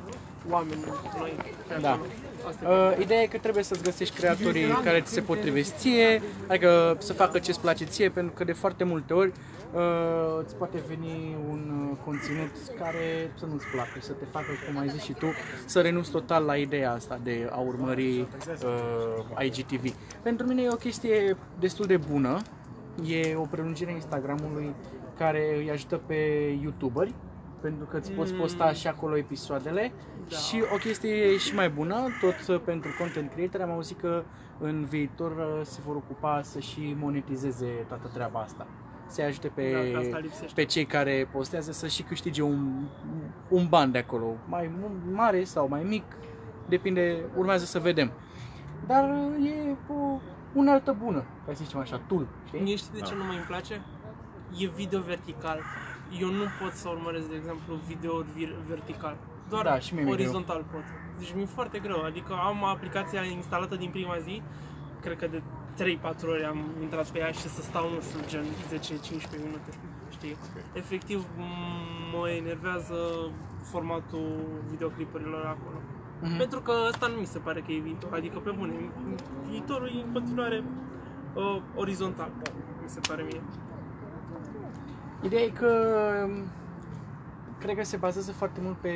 [SPEAKER 3] oameni noi. pe
[SPEAKER 1] Da.
[SPEAKER 3] acolo. Asta e.
[SPEAKER 1] Uh, ideea e că trebuie să-ți găsești creatorii care ți se potrivesc ție, adică să facă ce-ți place ție, pentru că de foarte multe ori uh, îți poate veni un uh, conținut care să nu-ți placă, să te facă, cum ai zis și tu, să renunți total la ideea asta de a urmări uh, IGTV. Pentru mine e o chestie destul de bună, e o prelungire a Instagramului care îi ajută pe youtuberi, pentru că îți poți posta și acolo episoadele
[SPEAKER 3] Mm. Da.
[SPEAKER 1] și o chestie și mai bună, tot uh, pentru content creator, am auzit că în viitor uh, se vor ocupa să și monetizeze toată treaba asta. Să ajute pe,
[SPEAKER 3] Da, că asta lipsește.
[SPEAKER 1] pe cei care postează să și câștige un, un ban de acolo, mai mu- mare sau mai mic, depinde, urmează să vedem. Dar uh, e o unealtă bună, ca să zicem așa, tool, știi?
[SPEAKER 3] Mie știi de ce
[SPEAKER 2] Da.
[SPEAKER 3] nu mai îmi place? E video vertical. Eu nu pot să urmăresc, de exemplu, video vertical. Doar
[SPEAKER 1] Da, și mie mi-e
[SPEAKER 3] orizontal pot. Deci mi-e foarte greu. Adică am aplicația instalată din prima zi. Cred că de 3-4 ori am intrat pe ea și să stau, nu știu, gen 10-15 minute. Știi?
[SPEAKER 2] Ok.
[SPEAKER 3] Efectiv, m- mă enervează formatul videoclipurilor acolo.
[SPEAKER 1] Mhm.
[SPEAKER 3] Pentru că asta nu mi se pare că e viitor, adică pe bune, viitorul e în continuare uh, orizontal, mi se pare mie.
[SPEAKER 1] Ideea e că m, cred că se bazează foarte mult pe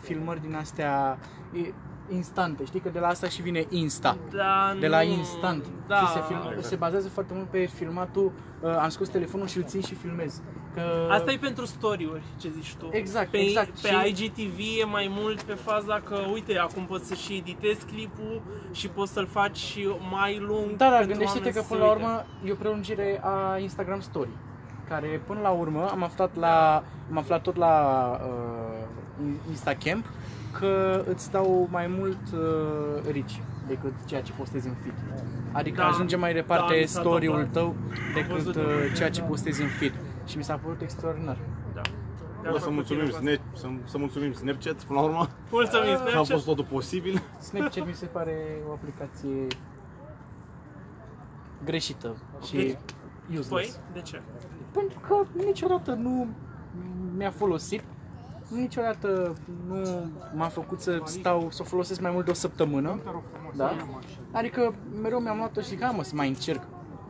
[SPEAKER 1] filmări din astea e, instante, știi că de la asta și vine Insta.
[SPEAKER 3] Da,
[SPEAKER 1] De la
[SPEAKER 3] nu-
[SPEAKER 1] instant.
[SPEAKER 3] da,
[SPEAKER 1] Și se, film,
[SPEAKER 2] Exact.
[SPEAKER 1] se bazează foarte mult pe filmatul, uh, am scos telefonul și îl țin și filmez. Că
[SPEAKER 3] Asta e pentru story-uri, ce zici tu.
[SPEAKER 1] Exact,
[SPEAKER 3] pe,
[SPEAKER 1] exact.
[SPEAKER 3] Pe
[SPEAKER 1] Și-
[SPEAKER 3] IGTV e mai mult pe faza că, uite, acum poți să și editezi clipul și poți să-l faci și mai lung.
[SPEAKER 1] Da, dar
[SPEAKER 3] pentru
[SPEAKER 1] gândește-te
[SPEAKER 3] oameni
[SPEAKER 1] că
[SPEAKER 3] să
[SPEAKER 1] până
[SPEAKER 3] se
[SPEAKER 1] la
[SPEAKER 3] uite.
[SPEAKER 1] urmă e o prelungire a Instagram Story, care până la urmă am aflat la am aflat tot la uh, Instacamp că îți dau mai mult uh, rici decât ceea ce postezi în feed. Adică
[SPEAKER 3] Da,
[SPEAKER 1] da, ajunge mai
[SPEAKER 3] da,
[SPEAKER 1] departe
[SPEAKER 3] mi
[SPEAKER 1] da,
[SPEAKER 3] s-a
[SPEAKER 1] story-ul
[SPEAKER 3] întâmplat.
[SPEAKER 1] tău
[SPEAKER 3] văzut
[SPEAKER 1] decât
[SPEAKER 3] de
[SPEAKER 1] uh,
[SPEAKER 3] multe,
[SPEAKER 1] ceea ce
[SPEAKER 3] da.
[SPEAKER 1] postezi în feed. Și mi s-a părut extraordinar.
[SPEAKER 3] Da. De
[SPEAKER 2] O
[SPEAKER 3] acord
[SPEAKER 2] să
[SPEAKER 3] cu
[SPEAKER 2] mulțumim,
[SPEAKER 3] tine, Vasco.
[SPEAKER 2] Snap, să, să mulțumim Snapchat până la urmă.
[SPEAKER 1] Da.
[SPEAKER 3] Mulțumim,
[SPEAKER 2] Că a
[SPEAKER 3] Snapchat.
[SPEAKER 2] fost totul posibil.
[SPEAKER 1] Snapchat mi se pare o aplicație greșită și useless.
[SPEAKER 3] Păi, de ce?
[SPEAKER 1] Pentru că niciodată nu mi-a folosit, niciodată nu m-a făcut să stau, să o folosesc mai mult de o săptămână. Da? Adică mereu mi-am luat-o și gamă să mai încerc.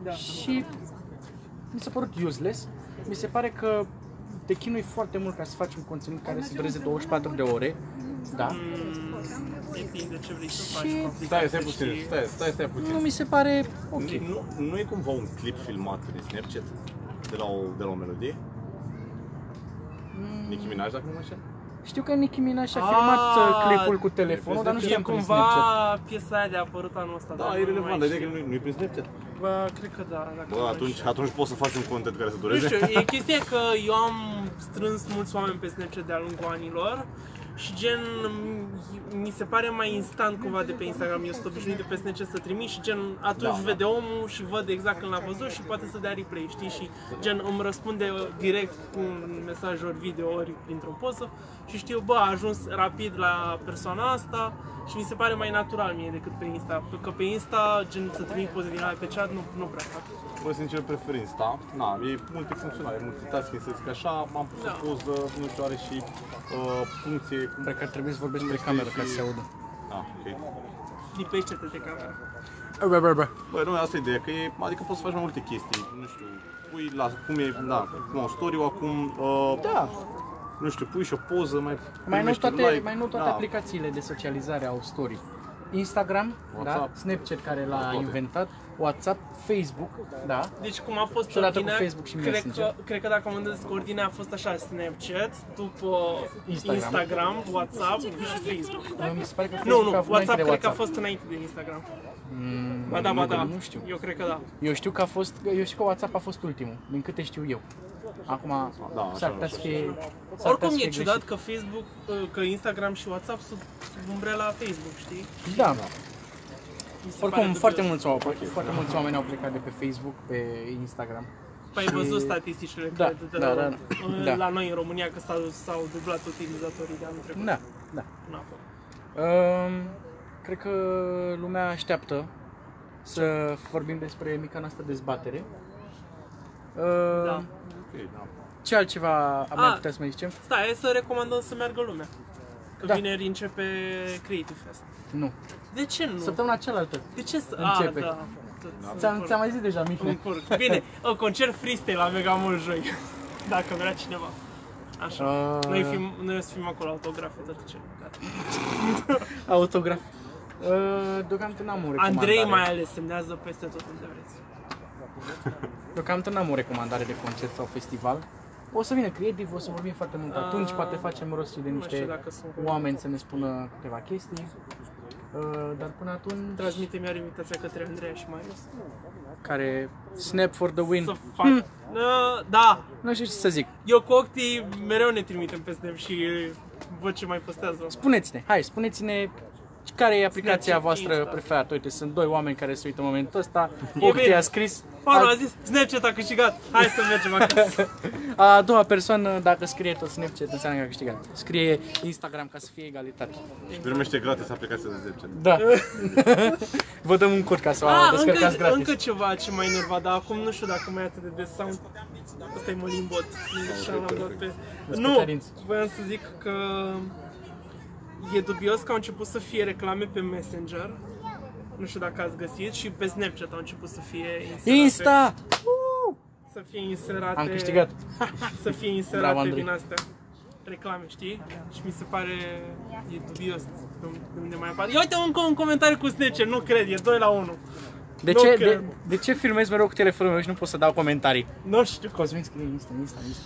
[SPEAKER 3] Da.
[SPEAKER 1] Și mi s-a părut useless. Mi se pare că te chinui foarte mult ca să faci un conținut care să dureze 24 de ore. Da.
[SPEAKER 3] Mm, Depinde ce vrei să faci.
[SPEAKER 1] Și-
[SPEAKER 3] complicat
[SPEAKER 2] Stai, stai
[SPEAKER 3] deci să
[SPEAKER 2] puțin,
[SPEAKER 3] știi.
[SPEAKER 2] stai, stai, stai puțin.
[SPEAKER 1] Nu mi se pare ok.
[SPEAKER 2] Nu- Nu, nu e cumva un clip filmat de Snapchat? De la o, de la o melodie?
[SPEAKER 1] Mm,
[SPEAKER 2] Nicki Minaj, dacă nu mă înșel?
[SPEAKER 1] Știu că Nicki Minaj și-a
[SPEAKER 3] Ah,
[SPEAKER 1] filmat uh, clipul cu telefonul, dar nu
[SPEAKER 3] E
[SPEAKER 1] știam că e
[SPEAKER 3] cumva
[SPEAKER 1] Snapchat.
[SPEAKER 3] piesa aia de a apărut anul ăsta. dar
[SPEAKER 2] Da,
[SPEAKER 3] nu
[SPEAKER 2] e
[SPEAKER 3] mai
[SPEAKER 2] relevant, dar e
[SPEAKER 3] știu.
[SPEAKER 2] că nu, nu e prin Snapchat.
[SPEAKER 3] Bă, cred că da. Dacă nu
[SPEAKER 2] Bă,
[SPEAKER 3] mai
[SPEAKER 2] atunci,
[SPEAKER 3] știu.
[SPEAKER 2] atunci poți să faci un content care să
[SPEAKER 3] Nu știu,
[SPEAKER 2] dureze.
[SPEAKER 3] e chestia că eu am strâns mulți oameni pe Snapchat de-a lungul anilor și gen, m- mi se pare mai instant cumva de pe Instagram, eu sunt obișnuit de pe Snapchat să trimit și gen, atunci
[SPEAKER 2] Da, da.
[SPEAKER 3] vede omul și văd exact când l-a văzut și poate să dea replay, știi? Și
[SPEAKER 2] Da.
[SPEAKER 3] gen, îmi răspunde direct cu un mesaj ori video, ori printr-o poză și știu, bă, a ajuns rapid la persoana asta și mi se pare mai natural mie decât pe Insta, pentru că pe Insta, gen, să trimit poze din alea pe chat, nu, nu prea fac.
[SPEAKER 2] Bă, sincer, prefer Insta. Na, e multifuncțional, e multitasking, să zic așa. M-am pus
[SPEAKER 3] Da.
[SPEAKER 2] o poză, nu știu, are și uh, funcție. Cum...
[SPEAKER 1] Cred că ar trebui să vorbești pe cameră ca să se audă.
[SPEAKER 2] Ah, ok.
[SPEAKER 3] Lipește-te de camera.
[SPEAKER 1] Bă, bă, bă.
[SPEAKER 2] Bă, nu, asta e ideea, că e, adică poți să faci mai multe chestii, nu știu, pui la, cum e, da, cum au story acum, uh,
[SPEAKER 1] Da,
[SPEAKER 2] nu știu, pui și o poză, mai
[SPEAKER 1] mai nou
[SPEAKER 2] primești un
[SPEAKER 1] toate,
[SPEAKER 2] like,
[SPEAKER 1] mai nou toate
[SPEAKER 2] da.
[SPEAKER 1] aplicațiile de socializare au story. Instagram, da,
[SPEAKER 2] WhatsApp.
[SPEAKER 1] Snapchat care l-a
[SPEAKER 2] Toate.
[SPEAKER 1] inventat, WhatsApp, Facebook, da.
[SPEAKER 3] Deci cum a fost
[SPEAKER 1] Celălalt
[SPEAKER 3] ordinea,
[SPEAKER 1] cu Facebook și
[SPEAKER 3] cred că,
[SPEAKER 1] Messenger.
[SPEAKER 3] cred că dacă mă gândesc că ordinea a fost așa, Snapchat, după Instagram,
[SPEAKER 1] Instagram.
[SPEAKER 3] WhatsApp și Facebook.
[SPEAKER 1] Uh, Mi se pare că
[SPEAKER 3] Nu,
[SPEAKER 1] Facebook
[SPEAKER 3] nu,
[SPEAKER 1] a
[SPEAKER 3] WhatsApp,
[SPEAKER 1] fost înainte de
[SPEAKER 3] cred că a
[SPEAKER 1] WhatsApp.
[SPEAKER 3] fost înainte de Instagram.
[SPEAKER 1] Mm,
[SPEAKER 3] Ba da, ba
[SPEAKER 1] nu,
[SPEAKER 3] da.
[SPEAKER 1] Nu știu.
[SPEAKER 3] Eu cred că da.
[SPEAKER 1] Eu știu că a fost, eu știu că WhatsApp a fost ultimul, din câte știu eu. Acum
[SPEAKER 2] Da, așa,
[SPEAKER 1] s-ar putea
[SPEAKER 2] așa,
[SPEAKER 1] să fie s-ar putea
[SPEAKER 3] Oricum
[SPEAKER 1] să
[SPEAKER 3] e
[SPEAKER 1] fie
[SPEAKER 3] ciudat că Facebook, ă, că Instagram și WhatsApp sub, sub umbrela Facebook, știi?
[SPEAKER 1] greșit. Da.
[SPEAKER 3] Mi se pare
[SPEAKER 1] Oricum,
[SPEAKER 3] dubios.
[SPEAKER 1] foarte mulți, au, foarte mulți oameni au plecat de pe Facebook, pe Instagram.
[SPEAKER 3] Păi ai văzut statisticile
[SPEAKER 1] Da,
[SPEAKER 3] cred, de
[SPEAKER 1] da,
[SPEAKER 3] la,
[SPEAKER 1] da, da.
[SPEAKER 3] la noi în România că s-au, s-au dublat utilizatorii de anul trecut.
[SPEAKER 1] Da, da.
[SPEAKER 3] Până acum.
[SPEAKER 1] Um, cred că lumea așteaptă să vorbim despre mica noastră dezbatere. Uh,
[SPEAKER 3] Da.
[SPEAKER 2] Ok, da.
[SPEAKER 1] Ce altceva am mai
[SPEAKER 3] Ah.
[SPEAKER 1] putea să mai zicem?
[SPEAKER 3] Stai, hai să recomandăm să meargă lumea. Că
[SPEAKER 1] Da.
[SPEAKER 3] vineri începe Creative Fest.
[SPEAKER 1] Nu.
[SPEAKER 3] De ce nu?
[SPEAKER 1] Săptămâna cealaltă.
[SPEAKER 3] De ce să...
[SPEAKER 1] Începe.
[SPEAKER 3] A, da. Să-
[SPEAKER 1] Ți-am,
[SPEAKER 3] să-
[SPEAKER 1] ți-am mai zis deja,
[SPEAKER 3] Îmi
[SPEAKER 1] Mihne.
[SPEAKER 3] curg. Bine, un concert freestyle la Mega Mall joi. *laughs* Dacă vrea cineva. Așa.
[SPEAKER 1] Ah.
[SPEAKER 3] Noi, fim, noi o să fim acolo autografe, tot ce. Gata.
[SPEAKER 1] Autograf. Uh, deocamdată n-am o recomandare.
[SPEAKER 3] Andrei mai ales semnează peste tot unde vreți.
[SPEAKER 1] Deocamdată n-am o recomandare de concert sau festival. O să vină creativ, o să vorbim foarte mult atunci, poate facem rost și de
[SPEAKER 3] Ah, nu știu
[SPEAKER 1] niște
[SPEAKER 3] dacă sunt-
[SPEAKER 1] oameni să ne spună câteva chestii. Uh, dar până atunci,
[SPEAKER 3] Transmite-mi iar invitația către Andrei și Marius.
[SPEAKER 1] care snap for the win. Hmm.
[SPEAKER 3] Să fac... Uh, Da,
[SPEAKER 1] Nu știu ce să zic.
[SPEAKER 3] eu cu Octi mereu ne trimitem pe Snap și văd ce mai postează.
[SPEAKER 1] Spuneți-ne, hai, spuneți-ne care e aplicația
[SPEAKER 3] Snapchat,
[SPEAKER 1] voastră
[SPEAKER 3] Insta.
[SPEAKER 1] preferată. Uite, sunt doi oameni care se uită în momentul ăsta.
[SPEAKER 3] bine.
[SPEAKER 1] Octi a scris.
[SPEAKER 3] Paul a
[SPEAKER 1] A,
[SPEAKER 3] zis, Snapchat a câștigat, hai să mergem
[SPEAKER 1] *laughs*
[SPEAKER 3] acasă.
[SPEAKER 1] a doua persoană, dacă scrie tot Snapchat, înseamnă că a câștigat. Scrie Instagram ca să fie egalitate.
[SPEAKER 2] Și primește gratis aplicația de Snapchat.
[SPEAKER 1] Da.
[SPEAKER 3] *laughs*
[SPEAKER 1] Vă dăm un cod ca să
[SPEAKER 3] A,
[SPEAKER 1] o descărcați
[SPEAKER 3] Ah, încă,
[SPEAKER 1] gratis.
[SPEAKER 3] încă ceva ce m-a enervat, dar acum nu știu dacă mai e atât de des sau... Asta e mălimbot. Așa l-am dat pe... Nu,
[SPEAKER 1] părinți.
[SPEAKER 3] voiam să zic că... E dubios că au început să fie reclame pe Messenger. Nu știu dacă ați găsit și pe Snapchat au început să fie inserate.
[SPEAKER 1] Insta!
[SPEAKER 3] Să fie inserate.
[SPEAKER 1] Am câștigat.
[SPEAKER 3] *laughs* Să fie inserate
[SPEAKER 1] Bravo, Andrei.
[SPEAKER 3] din astea reclame, știi? Și mi se pare e dubios când- când ne mai apare. Ia uite încă un comentariu cu Snapchat, nu cred, e 2 la 1.
[SPEAKER 1] De
[SPEAKER 3] Nu
[SPEAKER 1] ce,
[SPEAKER 3] cred.
[SPEAKER 1] de, de ce filmez mereu cu telefonul meu și nu pot să dau comentarii?
[SPEAKER 3] Nu știu.
[SPEAKER 1] Cosmin scrie Insta, Insta, Insta.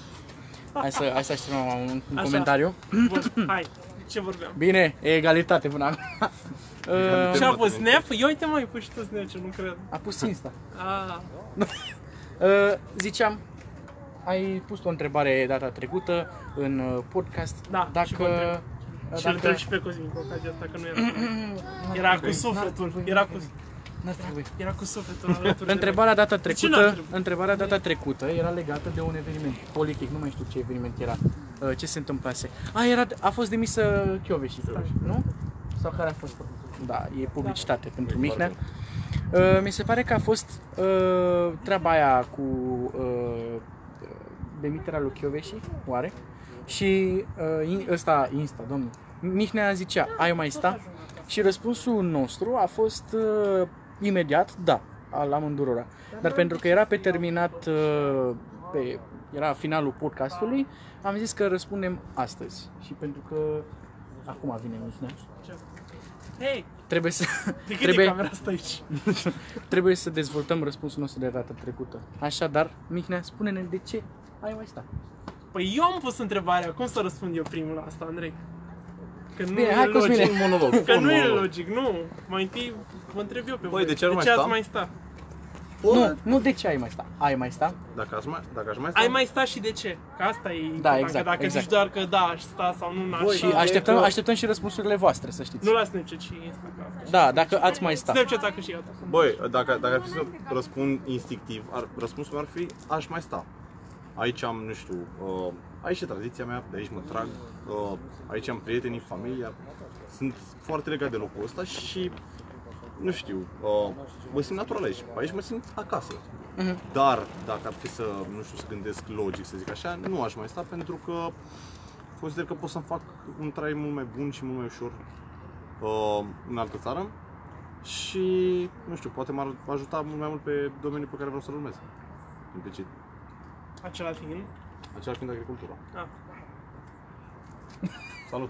[SPEAKER 1] Hai să, hai să așteptăm un, un comentariu.
[SPEAKER 3] Bun, hai, ce vorbeam?
[SPEAKER 1] Bine, e egalitate până acum. Uh,
[SPEAKER 3] Ce a pus Snap? Ia uite mă, ai pus și tu Snapchat, nu cred.
[SPEAKER 1] a pus Insta.
[SPEAKER 3] Ah,
[SPEAKER 1] Uh, ziceam, ai pus o întrebare data trecută în uh, podcast
[SPEAKER 3] Da, și vă
[SPEAKER 1] dacă
[SPEAKER 3] întreb.
[SPEAKER 1] Da,
[SPEAKER 3] Și îl întreb și pe Cosmin cu ocazia asta că nu
[SPEAKER 1] *coughs*
[SPEAKER 3] era cu noi. Era cu sufletul, era cu,
[SPEAKER 1] N-ar trebui.
[SPEAKER 3] era cu sufletul alături de noi.
[SPEAKER 1] Întrebarea data
[SPEAKER 3] ce n-ar
[SPEAKER 1] trecută,
[SPEAKER 3] trebui?
[SPEAKER 1] întrebarea data trecută era legată de un eveniment politic, nu mai știu ce eveniment era, uh, ce se întâmplase. A, era, a fost demisă Chioveși, nu? Sau care a fost? Da, e publicitate pentru Mihnea. Uh, mi se pare că a fost uh, treaba aia cu uh, demiterea lui Chioveși, oare? Și uh, in, ăsta, Insta, domnul, Mihnea zicea, ai mai sta? Și răspunsul nostru a fost uh, imediat, da, al amândurora. Dar pentru că era pe terminat, uh, pe, era finalul podcastului, am zis că răspundem astăzi. Și pentru că acum vine Mihnea.
[SPEAKER 3] Hei,
[SPEAKER 1] Trebuie să,
[SPEAKER 3] de cât e
[SPEAKER 1] trebuie,
[SPEAKER 3] camera asta aici?
[SPEAKER 1] *laughs* trebuie să dezvoltăm răspunsul nostru de data trecută. Așadar, Mihnea, spune-ne de ce ai mai stat.
[SPEAKER 3] Păi eu am pus întrebarea, cum să răspund eu primul la asta, Andrei? Că nu
[SPEAKER 1] Bine,
[SPEAKER 3] e
[SPEAKER 1] hai,
[SPEAKER 3] logic.
[SPEAKER 1] Cosmine.
[SPEAKER 2] Un monolog.
[SPEAKER 3] Că
[SPEAKER 2] un
[SPEAKER 3] nu e
[SPEAKER 2] monolog.
[SPEAKER 3] logic, nu. Mai întâi mă întreb eu pe voi.
[SPEAKER 2] de ce ar mai
[SPEAKER 3] ați
[SPEAKER 2] sta?
[SPEAKER 3] mai sta?
[SPEAKER 1] Nu, nu de ce ai mai stat. Ai mai stat?
[SPEAKER 2] Dacă aș mai, dacă aș mai sta...
[SPEAKER 3] Ai mai sta și de ce? Că asta
[SPEAKER 2] Da,
[SPEAKER 3] e important,
[SPEAKER 1] exact,
[SPEAKER 3] că dacă
[SPEAKER 1] exact.
[SPEAKER 3] zici doar că da, aș sta sau nu, n-aș
[SPEAKER 2] Voi
[SPEAKER 1] Și
[SPEAKER 2] Da,
[SPEAKER 1] așteptăm,
[SPEAKER 2] e că-
[SPEAKER 1] așteptăm și răspunsurile voastre, să știți.
[SPEAKER 3] Nu la Snapchat și Instagram.
[SPEAKER 1] Da, dacă ați mai stat.
[SPEAKER 3] Snapchat dacă și eu.
[SPEAKER 2] Băi, dacă, dacă ar fi să răspund instinctiv, ar, răspunsul ar fi aș mai sta. Aici am, nu știu, uh, aici e tradiția mea, de aici mă trag, uh, aici am prietenii, familia, sunt foarte legat de locul ăsta și, nu știu, uh, mă simt natural aici, aici mă simt acasă.
[SPEAKER 1] Mhm.
[SPEAKER 2] Dar dacă ar fi să, nu știu, să gândesc logic, să zic așa, nu aș mai sta pentru că consider că pot să-mi fac un trai mult mai bun și mult mai ușor uh, în altă țară și, nu știu, poate m-ar ajuta mult mai mult pe domeniul pe care vreau să-l urmez. Implicit.
[SPEAKER 3] Acela fiind.
[SPEAKER 2] Acela fiind agricultura.
[SPEAKER 3] Ah,
[SPEAKER 2] Salut!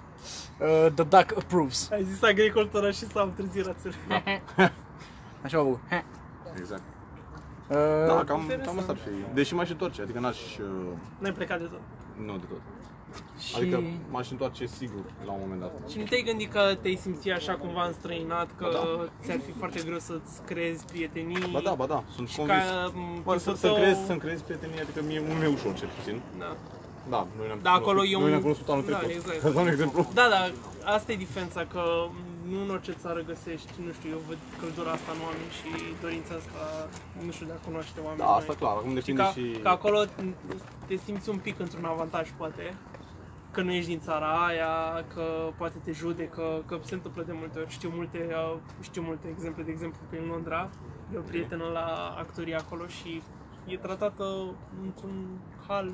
[SPEAKER 1] Uh, the duck approves.
[SPEAKER 3] ai zis agricultura și s-au trezit rațele.
[SPEAKER 1] Așa au avut. Ha.
[SPEAKER 2] Exact.
[SPEAKER 1] Uh,
[SPEAKER 2] Da, cam,
[SPEAKER 3] interesant.
[SPEAKER 2] cam asta ar fi. Deși m-aș întoarce, adică n-aș... uh,
[SPEAKER 3] N-ai plecat de tot.
[SPEAKER 2] Nu de tot.
[SPEAKER 1] și...
[SPEAKER 2] Adică m-aș întoarce sigur la un moment dat.
[SPEAKER 3] Și nu te-ai gândit că te-ai simțit așa cumva înstrăinat, că
[SPEAKER 2] Ba
[SPEAKER 3] ți-ar fi foarte greu să-ți creezi prietenii?
[SPEAKER 2] Da. Ba da, ba da, sunt
[SPEAKER 3] Și
[SPEAKER 2] convins.
[SPEAKER 3] ca uh, m,
[SPEAKER 2] Bă,
[SPEAKER 3] timpul
[SPEAKER 2] să, să
[SPEAKER 3] tău-
[SPEAKER 2] crezi, să-mi crezi prietenii, adică mie nu mi-e ușor cel puțin.
[SPEAKER 3] Da.
[SPEAKER 2] Da, noi ne-am
[SPEAKER 3] Da, acolo
[SPEAKER 2] cunoscut,
[SPEAKER 3] e
[SPEAKER 2] noi
[SPEAKER 3] un-
[SPEAKER 2] ne-am cunoscut *laughs* anul
[SPEAKER 3] Da,
[SPEAKER 2] trecut.
[SPEAKER 3] exact.
[SPEAKER 2] Ca să dau un exemplu.
[SPEAKER 3] Da, da, asta e diferența, că nu în orice țară găsești, nu știu, eu văd căldura asta în oameni și dorința asta, nu știu, de a cunoaște oameni
[SPEAKER 2] Da, asta
[SPEAKER 3] noi.
[SPEAKER 2] clar, acum
[SPEAKER 3] Și
[SPEAKER 2] depinde
[SPEAKER 3] ca,
[SPEAKER 2] și...
[SPEAKER 3] ca acolo te simți un pic într-un avantaj, poate, că nu ești din țara aia, că poate te judecă, că se întâmplă de multe ori. Știu multe, uh, știu multe exemple, de exemplu, prin Londra, e o prietenă la actorii acolo și e tratată într-un hal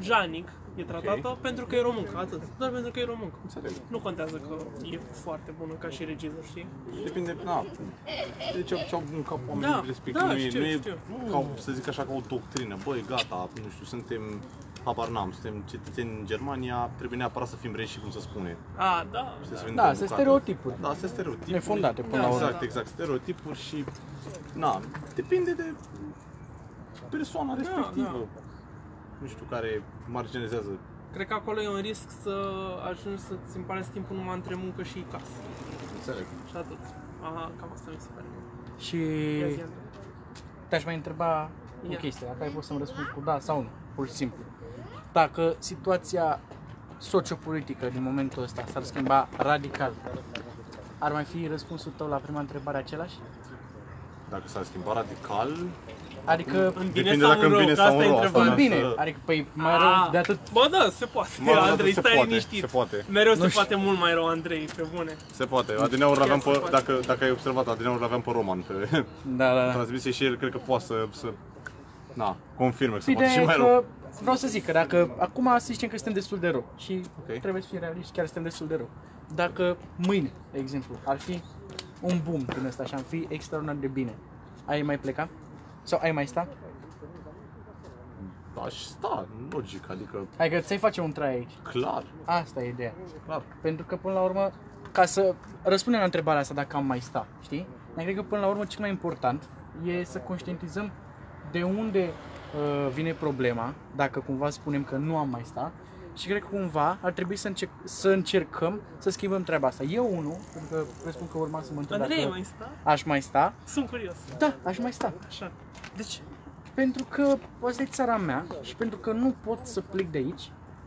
[SPEAKER 3] janic, e tratată pentru că e româncă, atât, doar pentru că e româncă.
[SPEAKER 2] Înțeleg.
[SPEAKER 3] Nu contează că e foarte bună ca și regizor, știi?
[SPEAKER 2] Depinde, na, deci de ce ce au în cap oamenii
[SPEAKER 3] Da,
[SPEAKER 2] respectiv.
[SPEAKER 3] da,
[SPEAKER 2] nu e,
[SPEAKER 3] știu,
[SPEAKER 2] nu e
[SPEAKER 3] știu.
[SPEAKER 2] ca, o- să zic așa, ca o doctrină. Băi, gata, nu știu, suntem, habar n-am, suntem cetățeni în Germania, trebuie neapărat să fim reși, cum se spune.
[SPEAKER 3] A, da,
[SPEAKER 2] Și să
[SPEAKER 1] Da,
[SPEAKER 2] vândem
[SPEAKER 1] sunt
[SPEAKER 2] bucate.
[SPEAKER 1] stereotipuri.
[SPEAKER 2] Da, sunt stereotipuri.
[SPEAKER 1] Nefondate, până
[SPEAKER 3] la
[SPEAKER 2] da,
[SPEAKER 3] urmă.
[SPEAKER 2] Exact, exact, stereotipuri și, na, depinde de persoana
[SPEAKER 3] Da,
[SPEAKER 2] respectivă. Nu știu, care marginalizează.
[SPEAKER 3] Cred că acolo e un risc să ajungi să-ți împarți timpul numai între muncă și casă.
[SPEAKER 2] Înțeleg.
[SPEAKER 3] Și atât. Aha, cam asta mi se pare.
[SPEAKER 1] Și
[SPEAKER 3] Ia zi, Andrei.
[SPEAKER 1] te-aș mai întreba o
[SPEAKER 3] Ia.
[SPEAKER 1] chestie, dacă ai fost să-mi răspund cu da sau nu, pur și simplu. Dacă situația sociopolitică din momentul ăsta s-ar schimba radical, ar mai fi răspunsul tău la prima întrebare același?
[SPEAKER 2] Dacă s-ar schimba radical,
[SPEAKER 1] Adică,
[SPEAKER 3] În bine
[SPEAKER 2] depinde
[SPEAKER 3] sau
[SPEAKER 2] dacă
[SPEAKER 3] în rău,
[SPEAKER 2] îmi vine
[SPEAKER 3] că
[SPEAKER 2] sau
[SPEAKER 3] asta
[SPEAKER 2] în
[SPEAKER 3] e
[SPEAKER 2] rău. asta
[SPEAKER 1] în
[SPEAKER 3] întrebarea.
[SPEAKER 2] da,
[SPEAKER 1] bine,
[SPEAKER 2] să-
[SPEAKER 1] adică, păi mai
[SPEAKER 2] Ah.
[SPEAKER 1] rău de atât.
[SPEAKER 3] Bă, da, se poate.
[SPEAKER 2] Mă rog,
[SPEAKER 3] Andrei,
[SPEAKER 2] se
[SPEAKER 3] stai
[SPEAKER 2] poate,
[SPEAKER 3] liniștit.
[SPEAKER 2] se poate.
[SPEAKER 3] Mereu se
[SPEAKER 1] Nu știu.
[SPEAKER 3] poate mult mai rău, Andrei, pe bune.
[SPEAKER 2] Se poate. Adineaur aveam
[SPEAKER 3] se
[SPEAKER 2] pe,
[SPEAKER 3] poate.
[SPEAKER 2] dacă, dacă ai observat, adineaur aveam pe Roman pe
[SPEAKER 1] Da, da, da.
[SPEAKER 2] transmisie și el cred că poate să, să na, confirme că se poate
[SPEAKER 1] Ideea e
[SPEAKER 2] și mai rău.
[SPEAKER 1] Păi că vreau să zic că dacă acum să zicem că suntem destul de rău și
[SPEAKER 2] Ok.
[SPEAKER 1] trebuie să fim realiști, chiar suntem destul de rău. Dacă mâine, de exemplu, ar fi un boom din ăsta și am fi extraordinar de bine, ai mai pleca? Sau ai mai sta?
[SPEAKER 2] Aș Da, sta, logic, adică
[SPEAKER 1] Adică ți-ai face un trai aici.
[SPEAKER 2] clar,
[SPEAKER 1] Asta e ideea.
[SPEAKER 2] clar.
[SPEAKER 1] Pentru că până la urmă, ca să răspundem la întrebarea asta dacă am mai sta, știi? Dar cred că până la urmă cel mai important e să conștientizăm de unde uh, vine problema, dacă cumva spunem că nu am mai sta și cred că cumva ar trebui să, încerc, să încercăm să schimbăm treaba asta. Eu unul, pentru că presupun că urma să mă întreb
[SPEAKER 3] Andrei,
[SPEAKER 1] dacă
[SPEAKER 3] mai sta?
[SPEAKER 1] aș mai sta,
[SPEAKER 3] Sunt curios.
[SPEAKER 1] da, aș mai sta.
[SPEAKER 3] Așa. De ce?
[SPEAKER 1] Pentru că asta e țara mea și pentru că nu pot să plec de aici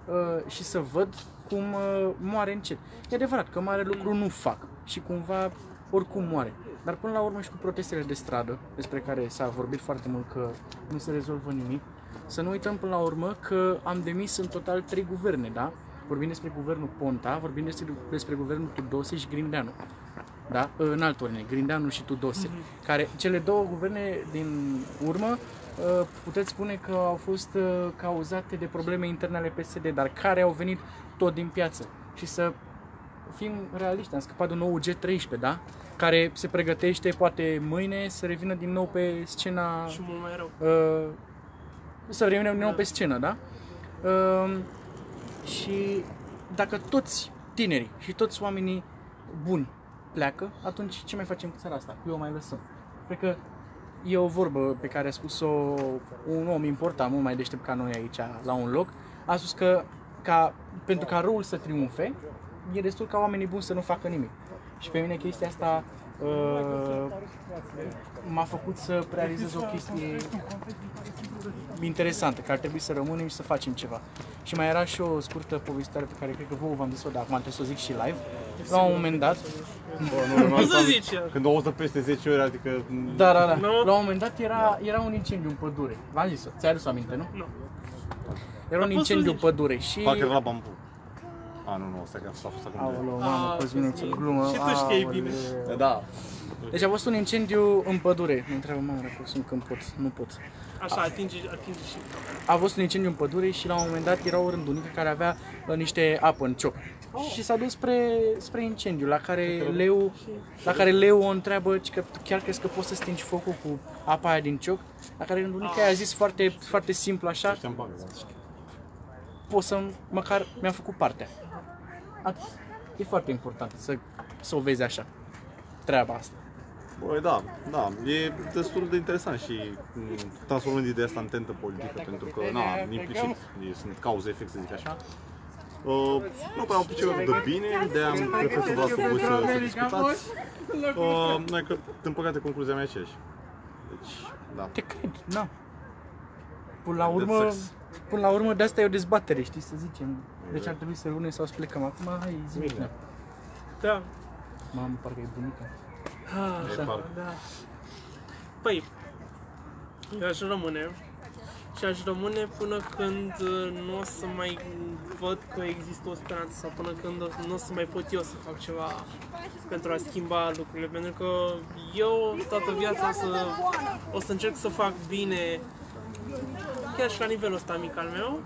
[SPEAKER 1] uh, și să văd oricum uh, moare încet. E adevărat că mare lucru nu fac și cumva oricum moare. Dar până la urmă și cu protestele de stradă, despre care s-a vorbit foarte mult că nu se rezolvă nimic, să nu uităm până la urmă că am demis în total trei guverne, da? Vorbim despre guvernul Ponta, vorbim despre, despre guvernul Tudose și Grindeanu da? în alt ordine, Grindeanu și Tudose, mm-hmm. care cele două guverne din urmă uh, puteți spune că au fost uh, cauzate de probleme interne ale PSD, dar care au venit tot din piață. Și să fim realiști, am scăpat de un nou G13, da? Care se pregătește poate mâine să revină din nou pe scena
[SPEAKER 3] Și mult mai rău.
[SPEAKER 1] uh, să revenim din nou
[SPEAKER 3] Da.
[SPEAKER 1] pe scenă, da? Uh, și dacă toți tinerii și toți oamenii buni pleacă, atunci ce mai facem cu țara asta? Eu o mai lăsăm. Cred că e o vorbă pe care a spus-o un om important, mult mai deștept ca noi aici, la un loc. A spus că ca, pentru ca răul să triumfe, e destul ca oamenii buni să nu facă nimic. Și pe mine chestia asta uh, m-a făcut să realizez o chestie interesantă, că ar trebui să rămânem și să facem ceva. Și mai era și o scurtă povestire pe care cred că vouă v-am zis-o, dar acum trebuie să o zic și live. La un moment dat,
[SPEAKER 2] Bă, nu,
[SPEAKER 3] Nu să zici iar.
[SPEAKER 2] Când o auză peste 10 ori, adică... m,
[SPEAKER 1] da, da, da.
[SPEAKER 3] Nu.
[SPEAKER 1] La un moment dat era, era un incendiu în pădure. V-am zis-o, ți-ai adus aminte, nu?
[SPEAKER 3] Nu.
[SPEAKER 1] Era un
[SPEAKER 3] Da, poți să
[SPEAKER 1] incendiu în
[SPEAKER 3] zici.
[SPEAKER 1] pădure și...
[SPEAKER 2] Parcă era la bambu. A, nu, nu, asta că s-a fost acum.
[SPEAKER 1] Aoleu, mamă,
[SPEAKER 3] Ah,
[SPEAKER 1] păi bine, ce glumă.
[SPEAKER 3] și tu știi bine.
[SPEAKER 1] Aoleu.
[SPEAKER 2] de- Da.
[SPEAKER 1] Deci a fost un incendiu în pădure. Mă întreabă mama dacă sunt când pot, nu pot.
[SPEAKER 3] Așa, atinge, atinge și
[SPEAKER 1] a fost un incendiu în pădure și la un moment dat era o rândunică care avea uh, niște apă în cioc. Și s-a dus spre, spre incendiu, la care Leu, la care Leu o întreabă ci că tu chiar crezi că poți să stingi focul cu apa aia din cioc? La care rândunica aia a zis foarte, foarte simplu așa,
[SPEAKER 2] Ăștia-mi bagă, da.
[SPEAKER 1] pot să măcar mi-am făcut partea. Atât. E foarte important să, să o vezi așa, treaba asta.
[SPEAKER 2] Băi, da, da, e destul de interesant și mm, m, transformând ideea asta în tentă politică, pentru că, na, implicit e- sunt cauze efect, să zic așa. Uh, nu că am priceput de bine, de am prefer să vă las pe voi să, să discutați. Uh, noi că, din păcate, concluzia mea e aceeași. Deci, da.
[SPEAKER 1] Te cred, na. Până la urmă, până la urmă de asta e o dezbatere, știi, să zicem. Deci ar trebui să rămânem sau să plecăm acum, hai zi
[SPEAKER 2] Bine.
[SPEAKER 3] Da.
[SPEAKER 1] Mamă, parcă e bunica.
[SPEAKER 3] Ah,
[SPEAKER 2] E par-
[SPEAKER 3] da. Păi, eu aș rămâne și aș rămâne până când uh, nu o să mai văd că există o speranță sau până când o- nu o să mai pot eu să fac ceva pentru a schimba lucrurile, pentru că eu toată viața o să, o să încerc să fac bine chiar și la nivelul ăsta mic al meu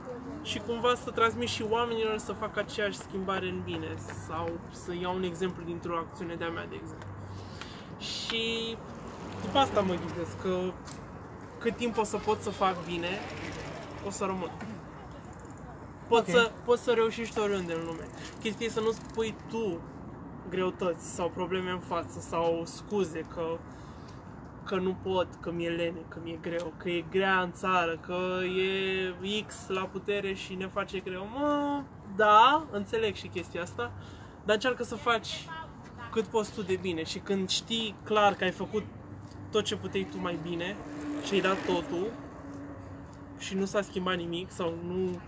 [SPEAKER 3] și cumva să transmit și oamenilor să facă aceeași schimbare în bine sau să iau un exemplu dintr-o acțiune de-a mea, de exemplu. Și după asta mă gândesc că cât timp o să pot să fac bine, o să rămân. Poți,
[SPEAKER 1] Ok.
[SPEAKER 3] să, poți să reușești oriunde în lume. Chestia e să nu spui tu greutăți sau probleme în față sau scuze că că nu pot, că mi-e lene, că mi-e greu, că e grea în țară, că e X la putere și ne face greu. Mă, da, înțeleg și chestia asta, dar încearcă să faci cât poți tu de bine și când știi clar că ai făcut tot ce puteai tu mai bine și ai dat totul și nu s-a schimbat nimic sau nu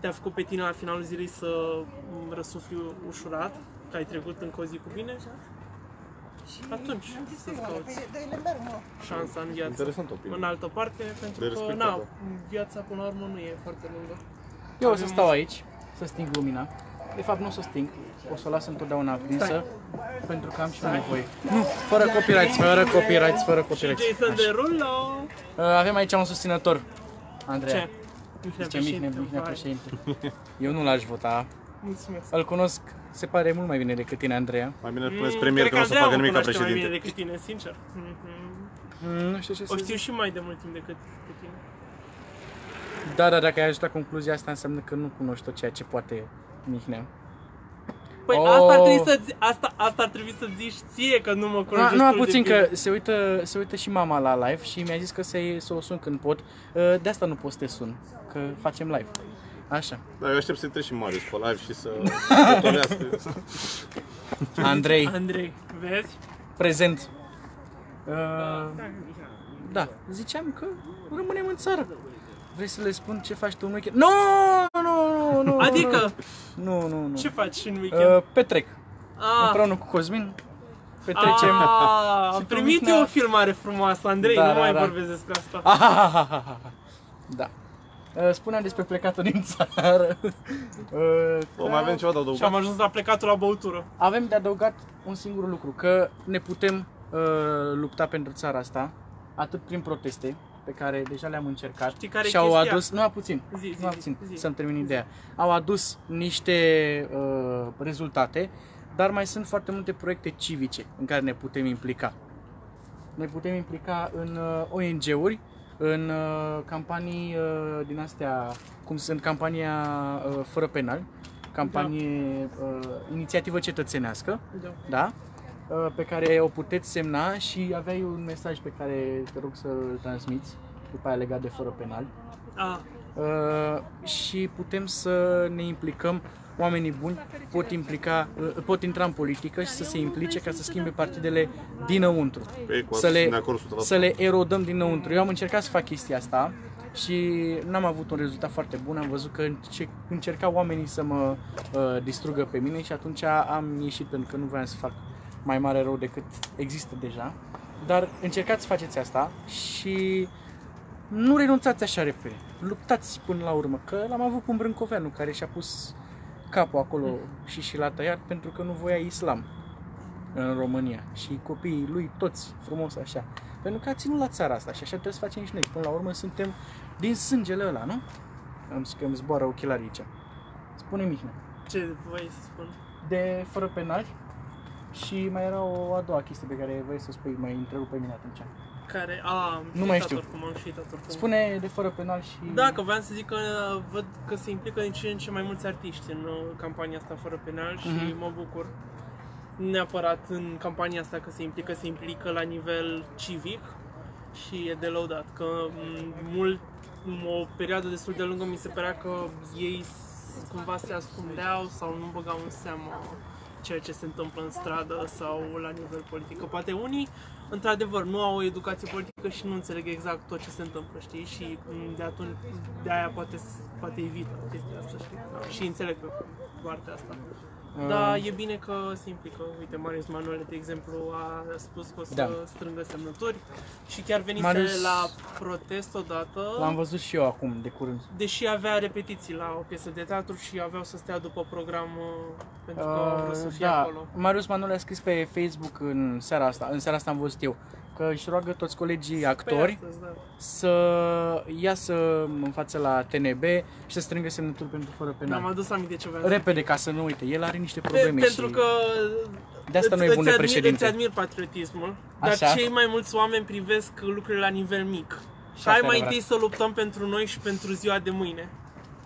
[SPEAKER 3] te-a făcut pe tine la finalul zilei să m, răsufli ușurat, că ai trecut încă o zi cu bine, atunci să-ți cauți șansa în viață.
[SPEAKER 2] Interesant opinie.
[SPEAKER 3] În altă parte, pentru
[SPEAKER 2] De
[SPEAKER 3] că,
[SPEAKER 2] respectat,
[SPEAKER 3] na,
[SPEAKER 2] da.
[SPEAKER 3] viața până la urmă nu e foarte lungă.
[SPEAKER 1] Eu o să stau aici, să sting lumina. De fapt, nu o să o sting, o să o las întotdeauna aprinsă, pentru că am și eu nevoie. Nu, fără copyrights, fără copyrights, fără copyrights.
[SPEAKER 3] Jason
[SPEAKER 1] Așa.
[SPEAKER 3] Derulo!
[SPEAKER 1] Uh, Avem aici un susținător, Andreea.
[SPEAKER 3] Ce?
[SPEAKER 1] Zice Mihnea, Mihnea președinte. Eu nu l-aș vota.
[SPEAKER 3] Mulțumesc.
[SPEAKER 1] Îl cunosc, se pare mult mai bine decât tine, Andreea.
[SPEAKER 2] Mai bine spuneți
[SPEAKER 3] Mm,
[SPEAKER 2] premier
[SPEAKER 3] cred
[SPEAKER 2] că nu o să facă nimic
[SPEAKER 3] Andreea mă
[SPEAKER 2] ca
[SPEAKER 3] cunoaște mai bine
[SPEAKER 2] președinte.
[SPEAKER 3] decât tine, sincer. Mhm.
[SPEAKER 1] Mm, Nu știu ce
[SPEAKER 3] O
[SPEAKER 1] să zic.
[SPEAKER 3] știu și mai de mult timp decât pe tine.
[SPEAKER 1] Da, da, dacă ai ajuns la concluzia asta, înseamnă că nu cunoști tot ceea ce poate Mihnea.
[SPEAKER 3] Păi
[SPEAKER 1] Oh.
[SPEAKER 3] asta ar trebui să zi- asta, asta ar trebui să zici ție că nu mă
[SPEAKER 1] Nu,
[SPEAKER 3] cunoști
[SPEAKER 1] nu
[SPEAKER 3] destul de
[SPEAKER 1] puțin
[SPEAKER 3] bine.
[SPEAKER 1] că se uită, se uită și mama la live și mi-a zis că să, să o sun când pot. Uh, De asta nu pot să te sun, că facem live. Așa.
[SPEAKER 2] Da, eu aștept să intre și Marius pe live și
[SPEAKER 3] *laughs*
[SPEAKER 2] să să tolească.
[SPEAKER 1] Andrei,
[SPEAKER 3] Andrei, vezi?
[SPEAKER 1] prezent. Uh, Da, ziceam că rămânem în țară. Vrei să le spun ce faci tu în weekend? Nu, nu, nu, nu,
[SPEAKER 3] Adică,
[SPEAKER 1] Nu, nu, nu. nu.
[SPEAKER 3] ce faci în weekend?
[SPEAKER 1] Uh, petrec.
[SPEAKER 3] Ah,
[SPEAKER 1] Împreună cu Cosmin petrecem. *laughs*
[SPEAKER 3] ah,
[SPEAKER 1] Și
[SPEAKER 3] am
[SPEAKER 1] pe
[SPEAKER 3] primit
[SPEAKER 1] Mihnea-
[SPEAKER 3] eu o filmare frumoasă, Andrei,
[SPEAKER 1] Da,
[SPEAKER 3] nu
[SPEAKER 1] da,
[SPEAKER 3] mai
[SPEAKER 1] da.
[SPEAKER 3] vorbesc despre asta.
[SPEAKER 1] Ahahahaha. Da. Uh, Spuneam despre plecatul din țară. *laughs* Uh,
[SPEAKER 2] O, mai avem ceva de
[SPEAKER 3] Și am
[SPEAKER 2] adăugat?
[SPEAKER 3] ajuns la plecatul la băutură.
[SPEAKER 1] Avem de adăugat un singur lucru, că ne putem uh, lupta pentru țara asta, atât prin proteste, pe care deja le-am încercat
[SPEAKER 3] Știi care e
[SPEAKER 1] și au
[SPEAKER 3] chestia?
[SPEAKER 1] adus, nu puțin,
[SPEAKER 3] Zi, zi,
[SPEAKER 1] nu
[SPEAKER 3] zi,
[SPEAKER 1] puțin,
[SPEAKER 3] zi.
[SPEAKER 1] să-mi termin ideea, au adus niște uh, rezultate, dar mai sunt foarte multe proiecte civice în care ne putem implica. Ne putem implica în uh, ONG-uri, în uh, campanii uh, din astea, cum sunt campania uh, Fără Penal, campanie uh, inițiativă cetățenească,
[SPEAKER 3] Da.
[SPEAKER 1] da? Uh, pe care o puteți semna și aveai un mesaj pe care te rog să-l transmiți, după aia legat de fără penal.
[SPEAKER 3] Ah,
[SPEAKER 1] Uh, și putem să ne implicăm, oamenii buni pot, implica, uh, pot intra în politică și să se implice ca să schimbe partidele dinăuntru,
[SPEAKER 2] Pe, cu
[SPEAKER 1] să
[SPEAKER 2] atât
[SPEAKER 1] le-
[SPEAKER 2] sunt de acord 100%.
[SPEAKER 1] să le erodăm dinăuntru. Eu am încercat să fac chestia asta și n-am avut un rezultat foarte bun, am văzut că înce- încercau oamenii să mă uh, distrugă pe mine și atunci am ieșit pentru că nu voiam să fac mai mare rău decât există deja. Dar încercați să faceți asta și nu renunțați așa repede. Luptați până la urmă, că l-am avut cu Brâncoveanu care și-a pus capul acolo și și l-a tăiat pentru că nu voia islam în România și copiii lui toți frumos așa. Pentru că a ținut la țara asta și așa trebuie să facem și noi. Până la urmă suntem din sângele ăla, nu? Am zis că îmi zboară ochelarii aici. Spune Mihnea.
[SPEAKER 3] ce voi să spun?
[SPEAKER 1] De fără penali și mai era o a doua chestie pe care vrei să o spui, mai întrerup pe mine atunci.
[SPEAKER 3] Care, a, am
[SPEAKER 1] Nu mai
[SPEAKER 3] uitat
[SPEAKER 1] știu.
[SPEAKER 3] Oricum, am și uitat oricum.
[SPEAKER 1] Spune de fără penal și...
[SPEAKER 3] Da, că voiam să zic că uh, văd că se implică din ce în ce mai mulți artiști în uh, campania asta fără penal și
[SPEAKER 1] Mhm.
[SPEAKER 3] mă bucur neapărat în campania asta că se implică, se implică la nivel civic și e de lăudat că m, mult, o perioadă destul de lungă mi se părea că ei s- cumva se ascundeau sau nu băgau în seamă ceea ce se întâmplă în stradă sau la nivel politic. Că poate unii, într-adevăr, nu au o educație politică și nu înțeleg exact tot ce se întâmplă, știi? Și m, de atunci, de aia poate, s- poate evită chestia asta, știi? Și înțeleg pe partea asta.
[SPEAKER 1] Uh,
[SPEAKER 3] Da, e bine că se implică. Uite, Marius Manuel, de exemplu, a spus că o să
[SPEAKER 1] Da.
[SPEAKER 3] strângă semnături și chiar venise
[SPEAKER 1] Marius-
[SPEAKER 3] la protest odată,
[SPEAKER 1] L-am văzut și eu acum, de curând.
[SPEAKER 3] deși avea repetiții la o piesă de teatru și aveau să stea după program uh, pentru că au vrut să
[SPEAKER 1] Uh,
[SPEAKER 3] fie
[SPEAKER 1] da,
[SPEAKER 3] acolo.
[SPEAKER 1] Marius Manole a scris pe Facebook în seara asta, în seara asta am văzut eu, că își roagă toți colegii actori
[SPEAKER 3] Pe astăzi, da.
[SPEAKER 1] să iasă în față la TNB și să strângă semnături pentru fără
[SPEAKER 3] Mi-am
[SPEAKER 1] penal.
[SPEAKER 3] adus aminte ceva.
[SPEAKER 1] Repede, ca să nu uite, el are niște
[SPEAKER 3] Pe,
[SPEAKER 1] Da. probleme
[SPEAKER 3] pentru
[SPEAKER 1] și
[SPEAKER 3] că
[SPEAKER 1] de asta nu e
[SPEAKER 3] îți-
[SPEAKER 1] bun
[SPEAKER 3] îți
[SPEAKER 1] de
[SPEAKER 3] admir- Îți
[SPEAKER 1] președinte.
[SPEAKER 3] admir patriotismul,
[SPEAKER 1] Așa.
[SPEAKER 3] dar cei mai mulți oameni privesc lucrurile la nivel mic.
[SPEAKER 1] Și asta e
[SPEAKER 3] Hai mai
[SPEAKER 1] adevărat.
[SPEAKER 3] întâi să luptăm pentru noi și pentru ziua de mâine.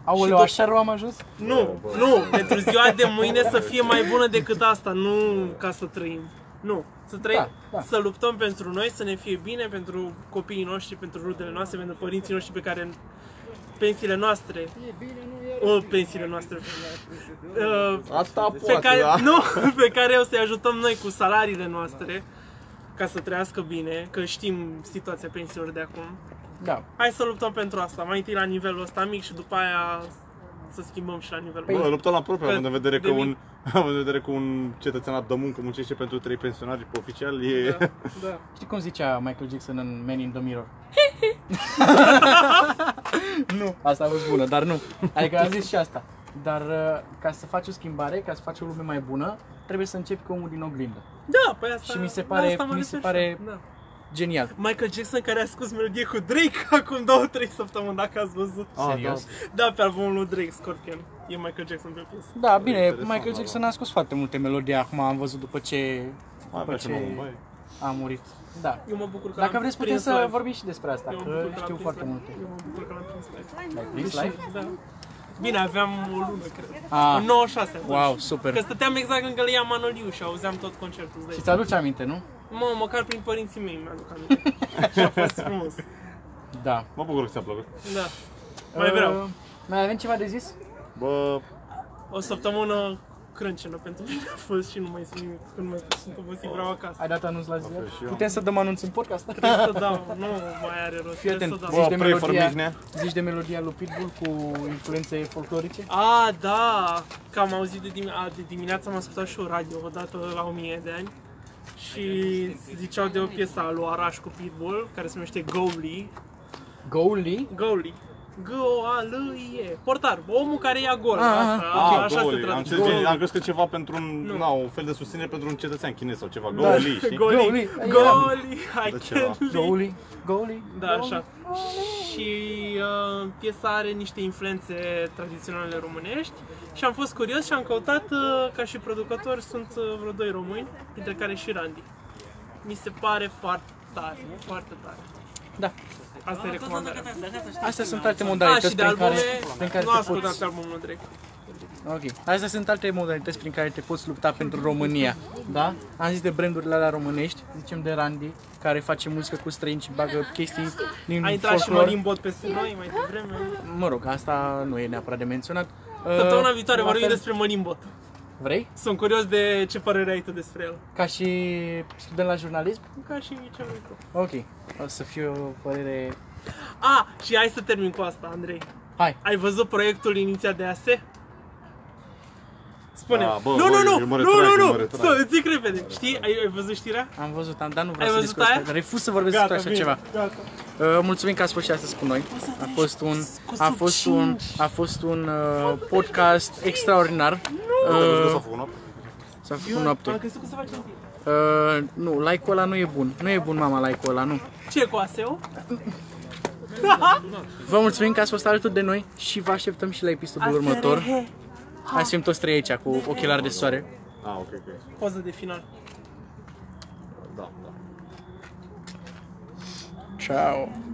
[SPEAKER 1] Aoleu,
[SPEAKER 3] și
[SPEAKER 1] așa rău am ajuns?
[SPEAKER 3] Nu,
[SPEAKER 2] Bă, bă.
[SPEAKER 3] nu, pentru ziua de mâine să fie mai bună decât asta, nu ca să trăim. Nu, să trăim,
[SPEAKER 1] Da, da.
[SPEAKER 3] să luptăm pentru noi, să ne fie bine, pentru copiii noștri, pentru rudele noastre, pentru părinții noștri pe care pensiile noastre, o, pensiile noastre, uh,
[SPEAKER 2] Asta
[SPEAKER 3] pe
[SPEAKER 2] poate,
[SPEAKER 3] care,
[SPEAKER 2] da?
[SPEAKER 3] nu, pe care o să-i ajutăm noi cu salariile noastre ca să trăiască bine, că știm situația pensiilor de acum.
[SPEAKER 1] Da.
[SPEAKER 3] Hai să luptăm pentru asta, mai întâi la nivelul ăsta mic și după aia să schimbăm și la nivelul
[SPEAKER 1] Păi-
[SPEAKER 2] Bă, luptăm la propriu,
[SPEAKER 3] Că
[SPEAKER 2] având în vedere că
[SPEAKER 3] de
[SPEAKER 2] un, *laughs*
[SPEAKER 3] mic.
[SPEAKER 2] având în vedere că un cetățean de muncă muncește pentru trei pensionari oficial, *laughs* e...
[SPEAKER 3] Da, da.
[SPEAKER 1] Știi cum zicea Michael Jackson în Man in the
[SPEAKER 2] *laughs*
[SPEAKER 1] Mirror? nu, asta a fost bună, dar nu. Adică am zis și asta. Dar uh, ca să faci o schimbare, ca să faci o lume mai bună, trebuie să începi cu omul din oglindă.
[SPEAKER 3] Da, păi asta...
[SPEAKER 1] Și mi se
[SPEAKER 3] la
[SPEAKER 1] pare-
[SPEAKER 3] asta mă
[SPEAKER 1] mi se
[SPEAKER 3] refer și eu,
[SPEAKER 1] pare-
[SPEAKER 3] Da.
[SPEAKER 2] Ah,
[SPEAKER 1] Genial.
[SPEAKER 3] Michael Jackson care a scos melodie cu Drake *laughs* acum 2-3 săptămâni, dacă ați văzut.
[SPEAKER 2] Ah,
[SPEAKER 1] Serios?
[SPEAKER 2] da.
[SPEAKER 3] Da, pe albumul lui Drake, Scorpion. E Michael Jackson pe piesă.
[SPEAKER 1] Da, bine,
[SPEAKER 2] Interesant,
[SPEAKER 1] Michael
[SPEAKER 2] da,
[SPEAKER 1] Jackson
[SPEAKER 2] da.
[SPEAKER 1] a scos foarte multe melodii acum, am văzut după ce
[SPEAKER 2] Mai
[SPEAKER 1] După
[SPEAKER 2] avea și
[SPEAKER 1] ce-
[SPEAKER 2] un om, băi.
[SPEAKER 1] a murit. Da.
[SPEAKER 3] Eu mă bucur că
[SPEAKER 1] Dacă
[SPEAKER 3] l-am
[SPEAKER 1] vreți putem
[SPEAKER 3] prins live.
[SPEAKER 1] să vorbim și despre asta,
[SPEAKER 3] Eu mă
[SPEAKER 1] că
[SPEAKER 3] bucur că
[SPEAKER 1] știu
[SPEAKER 3] l-am
[SPEAKER 1] foarte
[SPEAKER 3] prins
[SPEAKER 1] multe.
[SPEAKER 3] live. Eu mă bucur că l-am prins live.
[SPEAKER 1] Ai prins live?
[SPEAKER 3] Da. Bine, aveam o lună, cred.
[SPEAKER 1] Ah,
[SPEAKER 3] În 96 atunci.
[SPEAKER 1] wow, super.
[SPEAKER 3] Deci Că stăteam exact în gălia Manoliu și auzeam tot concertul.
[SPEAKER 1] Și
[SPEAKER 3] Deci.
[SPEAKER 1] ți-aduce aminte, nu?
[SPEAKER 3] Mă, măcar prin părinții mei mi-aduc aminte. *laughs* și a fost frumos.
[SPEAKER 1] Da.
[SPEAKER 2] Mă bucur că ți-a plăcut.
[SPEAKER 3] Da. Mai vreau.
[SPEAKER 1] Uh, Mai avem ceva de zis?
[SPEAKER 2] Bă,
[SPEAKER 3] O săptămână crâncenă pentru mine a fost și nu mai sunt nimic, când mă sunt obosit, vreau acasă.
[SPEAKER 1] Ai dat anunț la
[SPEAKER 2] Asta
[SPEAKER 1] ziar?
[SPEAKER 2] și eu.
[SPEAKER 1] Putem să dăm anunț în podcast?
[SPEAKER 3] Trebuie să dau, nu mai are rost,
[SPEAKER 1] Fii
[SPEAKER 3] trebuie
[SPEAKER 1] atent.
[SPEAKER 3] să
[SPEAKER 1] Zici
[SPEAKER 2] Bă,
[SPEAKER 3] dau.
[SPEAKER 1] de
[SPEAKER 2] pre
[SPEAKER 1] melodia-
[SPEAKER 2] Fărmihnea.
[SPEAKER 1] Zici de melodia lui Pitbull cu influențe folclorice?
[SPEAKER 3] A, da, că am auzit de, dimi- a, de dimineață, am ascultat și o radio odată la 1000 de ani și ziceau de o piesă a lui Araș cu Pitbull, care se numește Goalie,
[SPEAKER 1] Goalie?
[SPEAKER 3] Goalie. Goalie. Portar. Omul care ia gol.
[SPEAKER 1] Ah,
[SPEAKER 3] asta,
[SPEAKER 2] Ah,
[SPEAKER 3] așa
[SPEAKER 2] goalie.
[SPEAKER 3] se
[SPEAKER 2] Am,
[SPEAKER 3] traduce.
[SPEAKER 2] înțeles,
[SPEAKER 1] Goal.
[SPEAKER 2] am crezut că ceva pentru un,
[SPEAKER 3] Nu. Da,
[SPEAKER 2] na, un fel de susținere pentru un cetățean chinez sau ceva. Goalie, știi?
[SPEAKER 3] Goalie.
[SPEAKER 1] Goalie.
[SPEAKER 3] Goalie. I
[SPEAKER 2] Da, ceva.
[SPEAKER 3] can't leave.
[SPEAKER 1] Goalie? Goalie?
[SPEAKER 3] Da, așa. Și uh, piesa are niște influențe tradiționale românești și am fost curios și am căutat, uh, ca și producători, sunt uh, vreo doi români, printre care și Randy. Mi se pare foarte tare, foarte tare.
[SPEAKER 1] Da.
[SPEAKER 3] Asta e recomandarea.
[SPEAKER 1] Astea sunt alte
[SPEAKER 3] Da,
[SPEAKER 1] modalități
[SPEAKER 3] și de
[SPEAKER 1] prin
[SPEAKER 3] albume,
[SPEAKER 1] care, prin care
[SPEAKER 3] nu
[SPEAKER 1] te poți...
[SPEAKER 3] ascultați albumul direct.
[SPEAKER 1] Ok. Astea sunt alte modalități prin care te poți lupta pentru România. Da? Am zis de brandurile alea românești, zicem de Randy, care face muzică cu străini și bagă chestii din
[SPEAKER 3] A intrat și
[SPEAKER 1] folclor. Uh,
[SPEAKER 3] Marin Bot peste noi mai devreme.
[SPEAKER 1] Mă rog, asta nu e neapărat de menționat.
[SPEAKER 3] Săptămâna
[SPEAKER 1] Uh,
[SPEAKER 3] viitoare
[SPEAKER 1] la
[SPEAKER 3] vorbim
[SPEAKER 1] fel-
[SPEAKER 3] despre Mălimbot.
[SPEAKER 1] Vrei?
[SPEAKER 3] Sunt curios de ce părere ai tu despre el.
[SPEAKER 1] Ca și student la jurnalism?
[SPEAKER 3] Ca și ce vrei tu.
[SPEAKER 1] Ok. O să fie o părere...
[SPEAKER 3] A, Ah, și hai să termin cu asta, Andrei.
[SPEAKER 1] Hai.
[SPEAKER 3] Ai văzut proiectul inițiat de AS? Spune.
[SPEAKER 2] Da, bă,
[SPEAKER 3] nu,
[SPEAKER 2] bă,
[SPEAKER 3] nu,
[SPEAKER 2] eu
[SPEAKER 3] nu,
[SPEAKER 2] mă
[SPEAKER 3] nu,
[SPEAKER 2] retrag, eu
[SPEAKER 3] nu,
[SPEAKER 2] mă
[SPEAKER 3] nu,
[SPEAKER 2] retrag.
[SPEAKER 3] Să zic repede. Știi, ai, ai văzut știrea?
[SPEAKER 1] Am văzut, am, dar nu vreau
[SPEAKER 3] Ai
[SPEAKER 1] să
[SPEAKER 3] văzut
[SPEAKER 1] discut asta.
[SPEAKER 3] aia?
[SPEAKER 1] Refuz să vorbesc despre așa ceva.
[SPEAKER 3] gata.
[SPEAKER 1] Uh, mulțumim că ați fost și astăzi cu noi. A fost un, a fost un, a fost un uh, podcast extraordinar.
[SPEAKER 2] Ai văzut că s-a
[SPEAKER 1] Uh,
[SPEAKER 2] făcut noapte?
[SPEAKER 1] S-a făcut
[SPEAKER 3] Am
[SPEAKER 1] noapte.
[SPEAKER 3] crezut că se face zi.
[SPEAKER 1] Uh, nu, like-ul ăla nu e bun. Nu e bun, mama, like-ul ăla, nu.
[SPEAKER 3] Ce cu ASEO?
[SPEAKER 1] Vă mulțumim că ați fost alături de noi și vă așteptăm și la episodul următor. Hai să fim toți trei aici cu ochelari de soare.
[SPEAKER 2] Ah, ok, ok.
[SPEAKER 3] Poză de final.
[SPEAKER 2] Da, da.
[SPEAKER 1] Ciao.